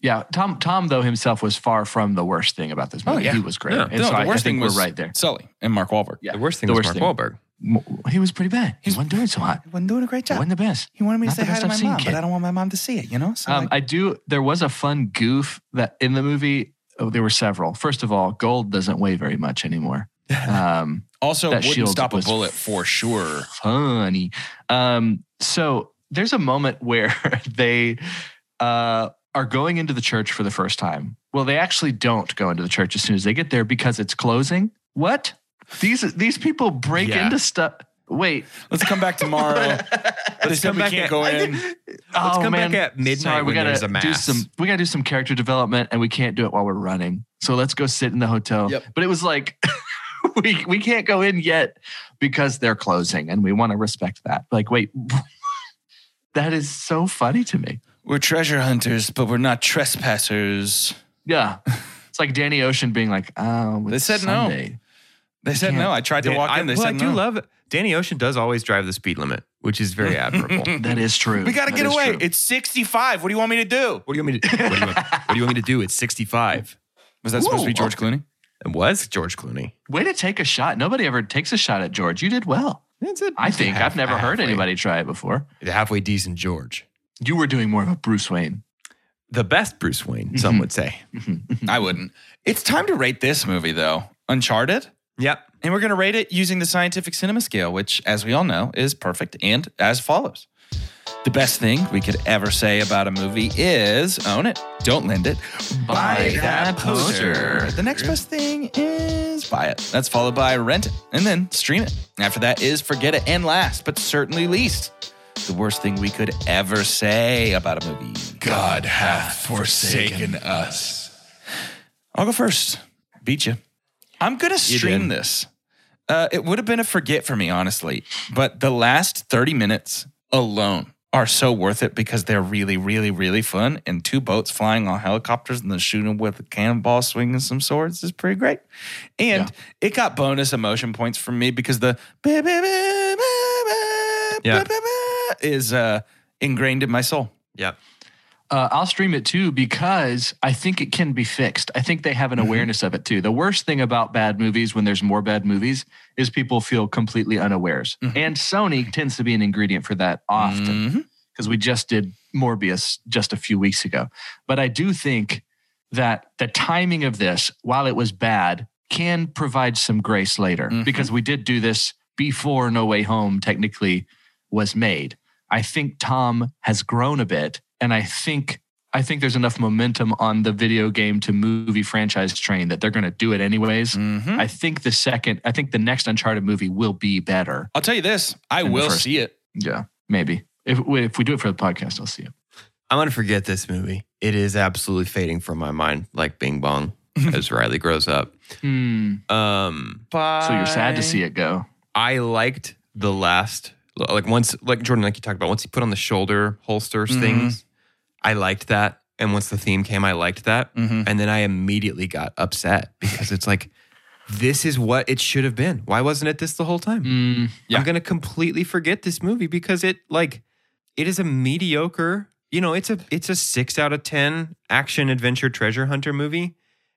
yeah. Tom, Tom though himself was far from the worst thing about this
Oh,
movie.
yeah.
He was great,
Yeah.
and
No,
so
the
I, I
worst
think
thing
we're
was
right there.
Sully and Mark Wahlberg.
Yeah.
The worst thing
The
was
worst
Mark Wahlberg.
M- He was pretty bad. He
He's-
wasn't doing so hot.
wasn't doing a great
He wasn't the best.
He wanted me
Not the best I've seen, kid.
don't want my mom to see it. You know, so
Um, I do. There was a fun goof that in the movie. Oh, there were several. First of all, gold doesn't weigh very
<laughs>
much anymore. Um,
also
that
wouldn't
shield
stop a
was
bullet for
<laughs>
sure.
funny. Um, so there's a moment <laughs> where they uh, are going into the church for the first time. Well, they actually don't go into the church as soon as they get there because it's closing. What? These these people break
Yeah.
into stuff. Wait.
<laughs> Let's come back tomorrow. they said
come
we
back
can't
at-
go in.
Let's
oh,
come
man.
back at midnight
Sorry, we
when
gotta
there's a mass.
do some. We gotta do some character development, and we can't do it while we're running. So let's go sit in the hotel.
Yep.
But it was like <laughs> we we can't go in yet because they're closing, and we want to respect that. Like, wait, <laughs> that is so funny to me.
We're treasure hunters, but we're not trespassers.
Yeah, it's like Danny Ocean being like, "Oh,
They
it's
said no.
Sunday.
They said no. I tried to
Dan-
walk
I,
in. They
well,
said
I do
no.
love Danny Ocean does always drive the speed limit, which
<laughs>
is very admirable. what
That is true.
we got to
That
get
is
away.
true.
It's 65. What do you want me to do?
do you want me to? What do you want, what do you want me to do? It's sixty-five.
Was that supposed to be George
<laughs>
Clooney?
It was George Clooney.
way to take a shot. Nobody ever takes a shot at George. You did well.
That's it.
I think
Half-
I've never heard
halfway-
anybody try it before.
halfway decent George,
You were doing more of a Bruce Wayne.
the best Bruce Wayne.
Mm-hmm.
Some would say.
I wouldn't. It's time to rate this movie, though. Uncharted.
Yep.
And we're going to rate it using the scientific cinema scale, which, as we all know, is perfect and as follows. The best thing we could ever say about a movie is own it, don't lend it,
Buy that poster.
The next best thing is buy it. That's followed by rent it and then stream it. After that is forget it. And last, but certainly least, the worst thing we could ever say about a movie. God hath forsaken us. I'll go first. Beat you. I'm gonna stream this. Uh, it would have been a forget for me, honestly, but the last 30 minutes alone are so worth it because they're really, really, really fun. And two boats flying on helicopters and then shooting with a cannonball swinging some swords is pretty great. And it got bonus emotion points from me because the
Yeah.
is uh, ingrained in my soul.
Yep.
Uh, I'll stream it too because I think it can be fixed. I think they have an awareness of it too. The worst thing about bad movies when there's more bad movies is people feel completely unawares. And Sony tends to be an ingredient for that often.
Mhm.
because we just did Morbius just a few weeks ago. But I do think that the timing of this, while it was bad, can provide some grace later
Mhm.
because we did do this before No Way Home technically was made. I think Tom has grown a bit, and I think I think there's enough momentum on the video game to movie franchise train that they're going to do it anyways.
Mhm.
I think the second, I think the next Uncharted movie will be better.
I'll tell you this I
And the
will
first-
see it.
Yeah, maybe if we, if we do it for the podcast, I'll see it.
I'm gonna forget this movie. It is absolutely fading from my mind, like Bing
<laughs>
Bong, as Riley grows up.
Hmm.
Um,
So you're sad to see it go.
I liked the last, like once, like Jordan, like you talked about, once he put on the shoulder holsters
Mm-hmm.
Mhm.
things, I liked that. And once the theme came, I liked that.
Mm-hmm.
Mhm.
And then I immediately got upset because it's like, this is what it should have been. Why wasn't it this the whole time?
Mm,
Yeah.
I'm gonna completely forget this movie because it like it is a mediocre, you know, it's a it's a six out of ten action adventure treasure hunter movie.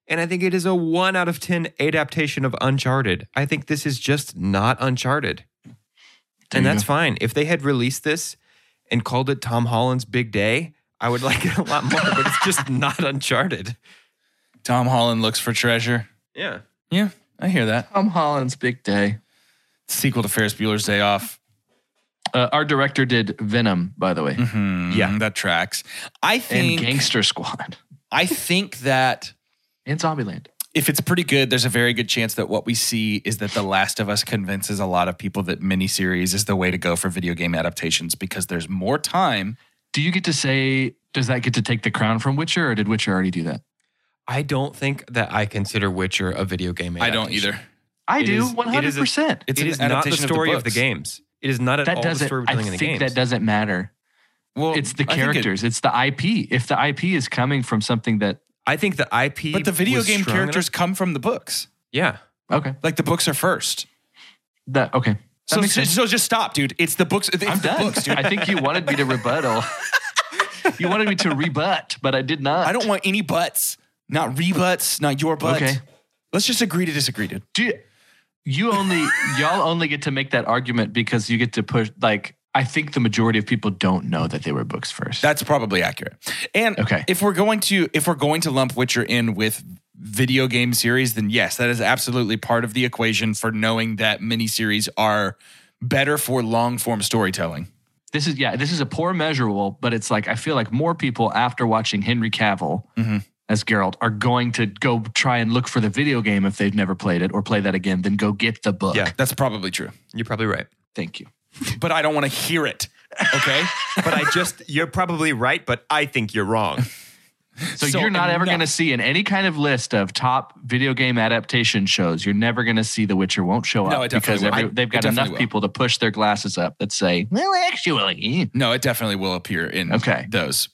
And I think it is a one out of ten adaptation of Uncharted. I think this is just not Uncharted.
There
and
you
that's
go.
fine. If they had released this and called it Tom Holland's Big Day, I would like it a lot more, but it's
<laughs>
just not Uncharted.
Tom Holland looks for treasure.
Yeah.
Yeah, I hear that.
Tom Holland's big day.
Sequel to Ferris Bueller's Day Off.
Uh, our director did Venom, by the way,
Hmm,
Yeah.
that tracks. I
and
think.
Gangster Squad, <laughs>
I think that
and Zombieland.
if it's pretty good, there's a very good chance that what we see is that The Last of Us convinces a lot of people that miniseries is the way to go for video game adaptations because there's more time.
Do you get to say? Does that get to take the crown from Witcher, or did Witcher already do that?
I don't think that I consider Witcher a video game adaptation.
I
It
do
is-
one
it
hundred
is a-
percent.
It's
it
an
is not the
adaptation
story of the,
books.
games. It is not at
That
all the
doesn't.
story
I
telling in the
think
games.
that doesn't matter.
Well,
it's the
I think it-
characters. it's the IP. If the IP is coming from something that
I think the IP,
but the video
was
game
strong
characters
enough-
come from the books.
yeah,
okay,
Like the books are first.
that okay. That
So,
makes sense.
so just stop, dude. It's the books. It's
I'm
the
done.
books, dude.
I think you wanted me
<laughs>
to rebuttal. you wanted me to rebut, but I did not.
I don't want any buts. Not rebuts, not your butt.
Okay.
Let's just agree to disagree, dude.
do you only y'all only get to make that argument because you get to push like i think the majority of people don't know that they were books first
That's probably accurate. And
Okay.
if we're going to if we're going to lump Witcher in with video game series, then yes, that is absolutely part of the equation for knowing that miniseries are better for long form storytelling.
this is yeah this is a poor measurable but it's like i feel like more people after watching henry cavill as Geralt are going to go try and look for the video game if they've never played it or play that again than go get the book
Yeah.
That's probably true.
you're probably right.
Thank you.
but I don't want to hear it.
<laughs>
Okay.
But I just, you're probably right, but I think you're wrong.
So,
So
you're not ever
enough.
going to see in any kind of list of top video game adaptation shows. You're never going to see The Witcher won't show up
No, it definitely
because
will.
every,
I-
they've
it
got
definitely
enough
will.
people to push their glasses up that say, "Well, actually,
No, it definitely will appear in
Okay.
those.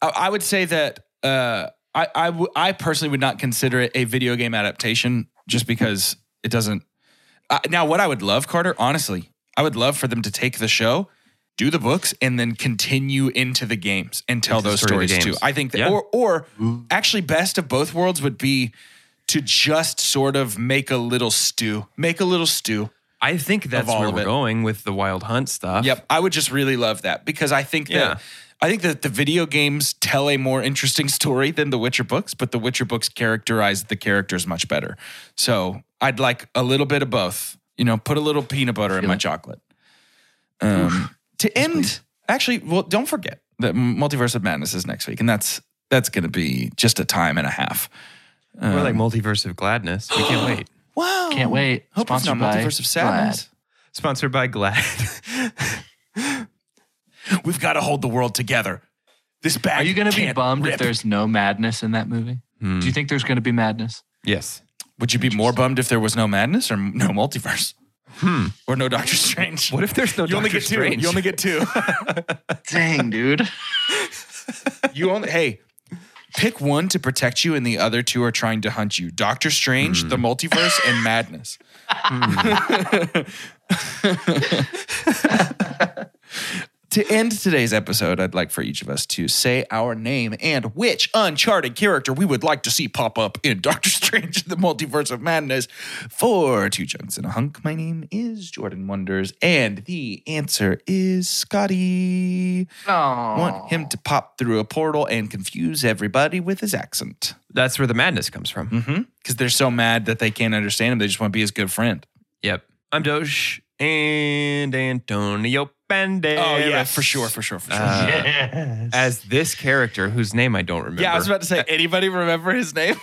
I, I would say that uh, I I w- I personally would not consider it a video game adaptation just because it doesn't. Uh, now, what I would love, Carter, honestly, I would love for them to take the show, do the books, and then continue into the games and tell
Into the
those
story of
stories too.
the games.
I think that,
Yeah.
or or actually, best of both worlds would be to just sort of make a little stew, make a little stew.
<laughs> I think that's
all
where
of
we're
it.
going with the Wild Hunt stuff.
Yep, I would just really love that because I think that
Yeah.
I think that the video games tell a more interesting story than the Witcher books, but the Witcher books characterize the characters much better. So I'd like a little bit of both. You know, put a little peanut butter in my chocolate. Um, to end, actually, well, don't forget that Multiverse of Madness is next week, and that's that's going to be just a time and a half.
We're
Um,
like Multiverse of Gladness. We <gasps> can't wait.
Wow,
can't wait."
Hmm. Hope it's not
Sponsored by
Multiverse of Sadness.
Glad.
Sponsored by Glad.
We've got to hold the world together. This bag.
Are you going to be
can't
bummed
rip.
if there's no madness in that movie? Do you think there's going to be madness?
yes.
Would you be more bummed if there was no madness or no multiverse? Hmm. Or no Doctor Strange?
<laughs> What if there's no
you only
Doctor
get two?
Strange?
You only get two. <laughs>
Dang, dude.
you only hey, pick one to protect you, and the other two are trying to hunt you. Doctor Strange, the multiverse, and madness. to end today's episode, I'd like for each of us to say our name and which uncharted character we would like to see pop up in <laughs> Doctor Strange in the Multiverse of Madness for Two Chunks and a Hunk. My name is Jordan Wonders, and the answer is Scotty. Want him to pop through a portal and confuse everybody with his accent.
That's where the madness comes from.
Mm-hmm. Because they're so mad that they can't understand him. They just want to be his good friend.
Yep. I'm Doge and Antonio
Oh,
Banderas.
for sure, for sure, for sure.
Uh, As this character, whose name I don't remember.
yeah, I was about to say, anybody remember his name?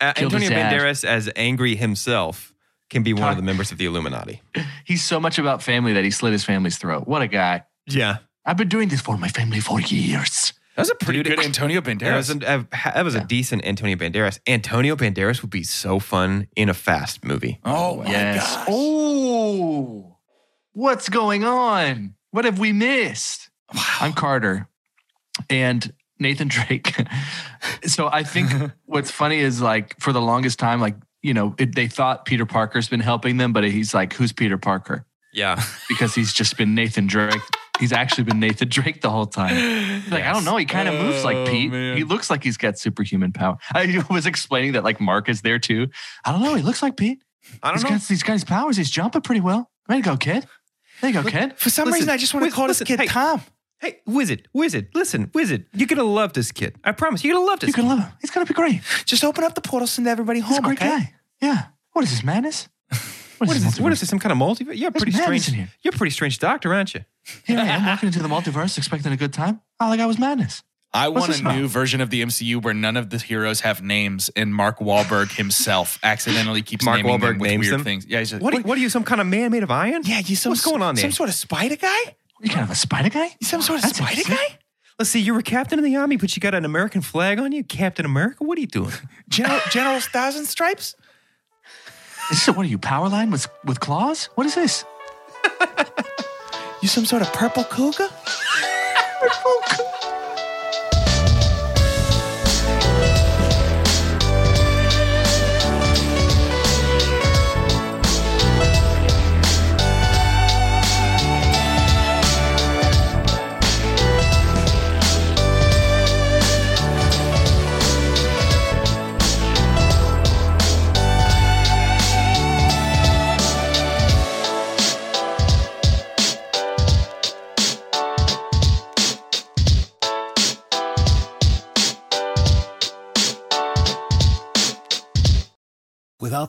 Uh,
Killed his
Antonio
dad.
Banderas as angry himself can be one of the members of the Illuminati.
<laughs> He's so much about family that he slit his family's throat. What a guy.
Yeah.
I've been doing this for my family for years.
<laughs> That was a pretty
Dude,
good <laughs> Antonio
That
Banderas.
was, an, a, that was a decent Antonio Banderas. Antonio Banderas would be so fun in a fast movie.
Oh, my
yes.
gosh.
Oh, what's going on? What have we missed? I'm Carter and Nathan Drake. <laughs> so
<laughs>
I think what's funny is like for the longest time, like, you know, it, they thought Peter Parker's been helping them, but he's like, who's Peter Parker?
Yeah.
Because he's just been Nathan Drake. He's actually been Nathan Drake the whole time. He's Like, I don't know. He kind of moves like
Oh,
Pete.
man.
He looks like he's got superhuman power. I <laughs> was explaining that like Mark is there too. I don't know. He looks like Pete.
<laughs> I don't
He's
know.
got, he's got his powers. He's jumping pretty well. Way to go, kid. There you go, kid.
For some
Listen,
reason, I just want to
wait,
call
listen,
this kid
hey.
Tom.
Hey, Wizard, Wizard, listen, Wizard, you're going to love this kid. I promise, you're going to love this
You're
kid.
gonna love him. He's gonna be great.
Just open up the portal, send everybody
He's a
home,
great
okay?
guy. Yeah. What is
<laughs>
this madness?
What is this? What
multiverse?
is this? Some kind of multiverse? You're a
There's
pretty
madness
strange.
in here.
You're a pretty strange doctor, aren't you?
Here I am walking into the multiverse, expecting a good time. All I got was madness.
I
What's
want
this
a
about?
new version of the MCU where none of the heroes have names, and Mark Wahlberg himself accidentally keeps
Mark
naming
Wahlberg
them with
names
weird
them?
things. Yeah, he's just,
What? Are, what are you? Some kind of man made of iron?
Yeah, you some
What's going on there?
Some sort of spider guy?
You kind of a spider guy?
You some sort of
That's
spider
interesting.
guy?
Let's see. You were captain of the army, but you got an American flag on you, Captain America. What are you doing?
General, General Thousand Stripes?
Is this what are you power line with with claws? What is this?
<laughs> You some sort of purple cougar?
Without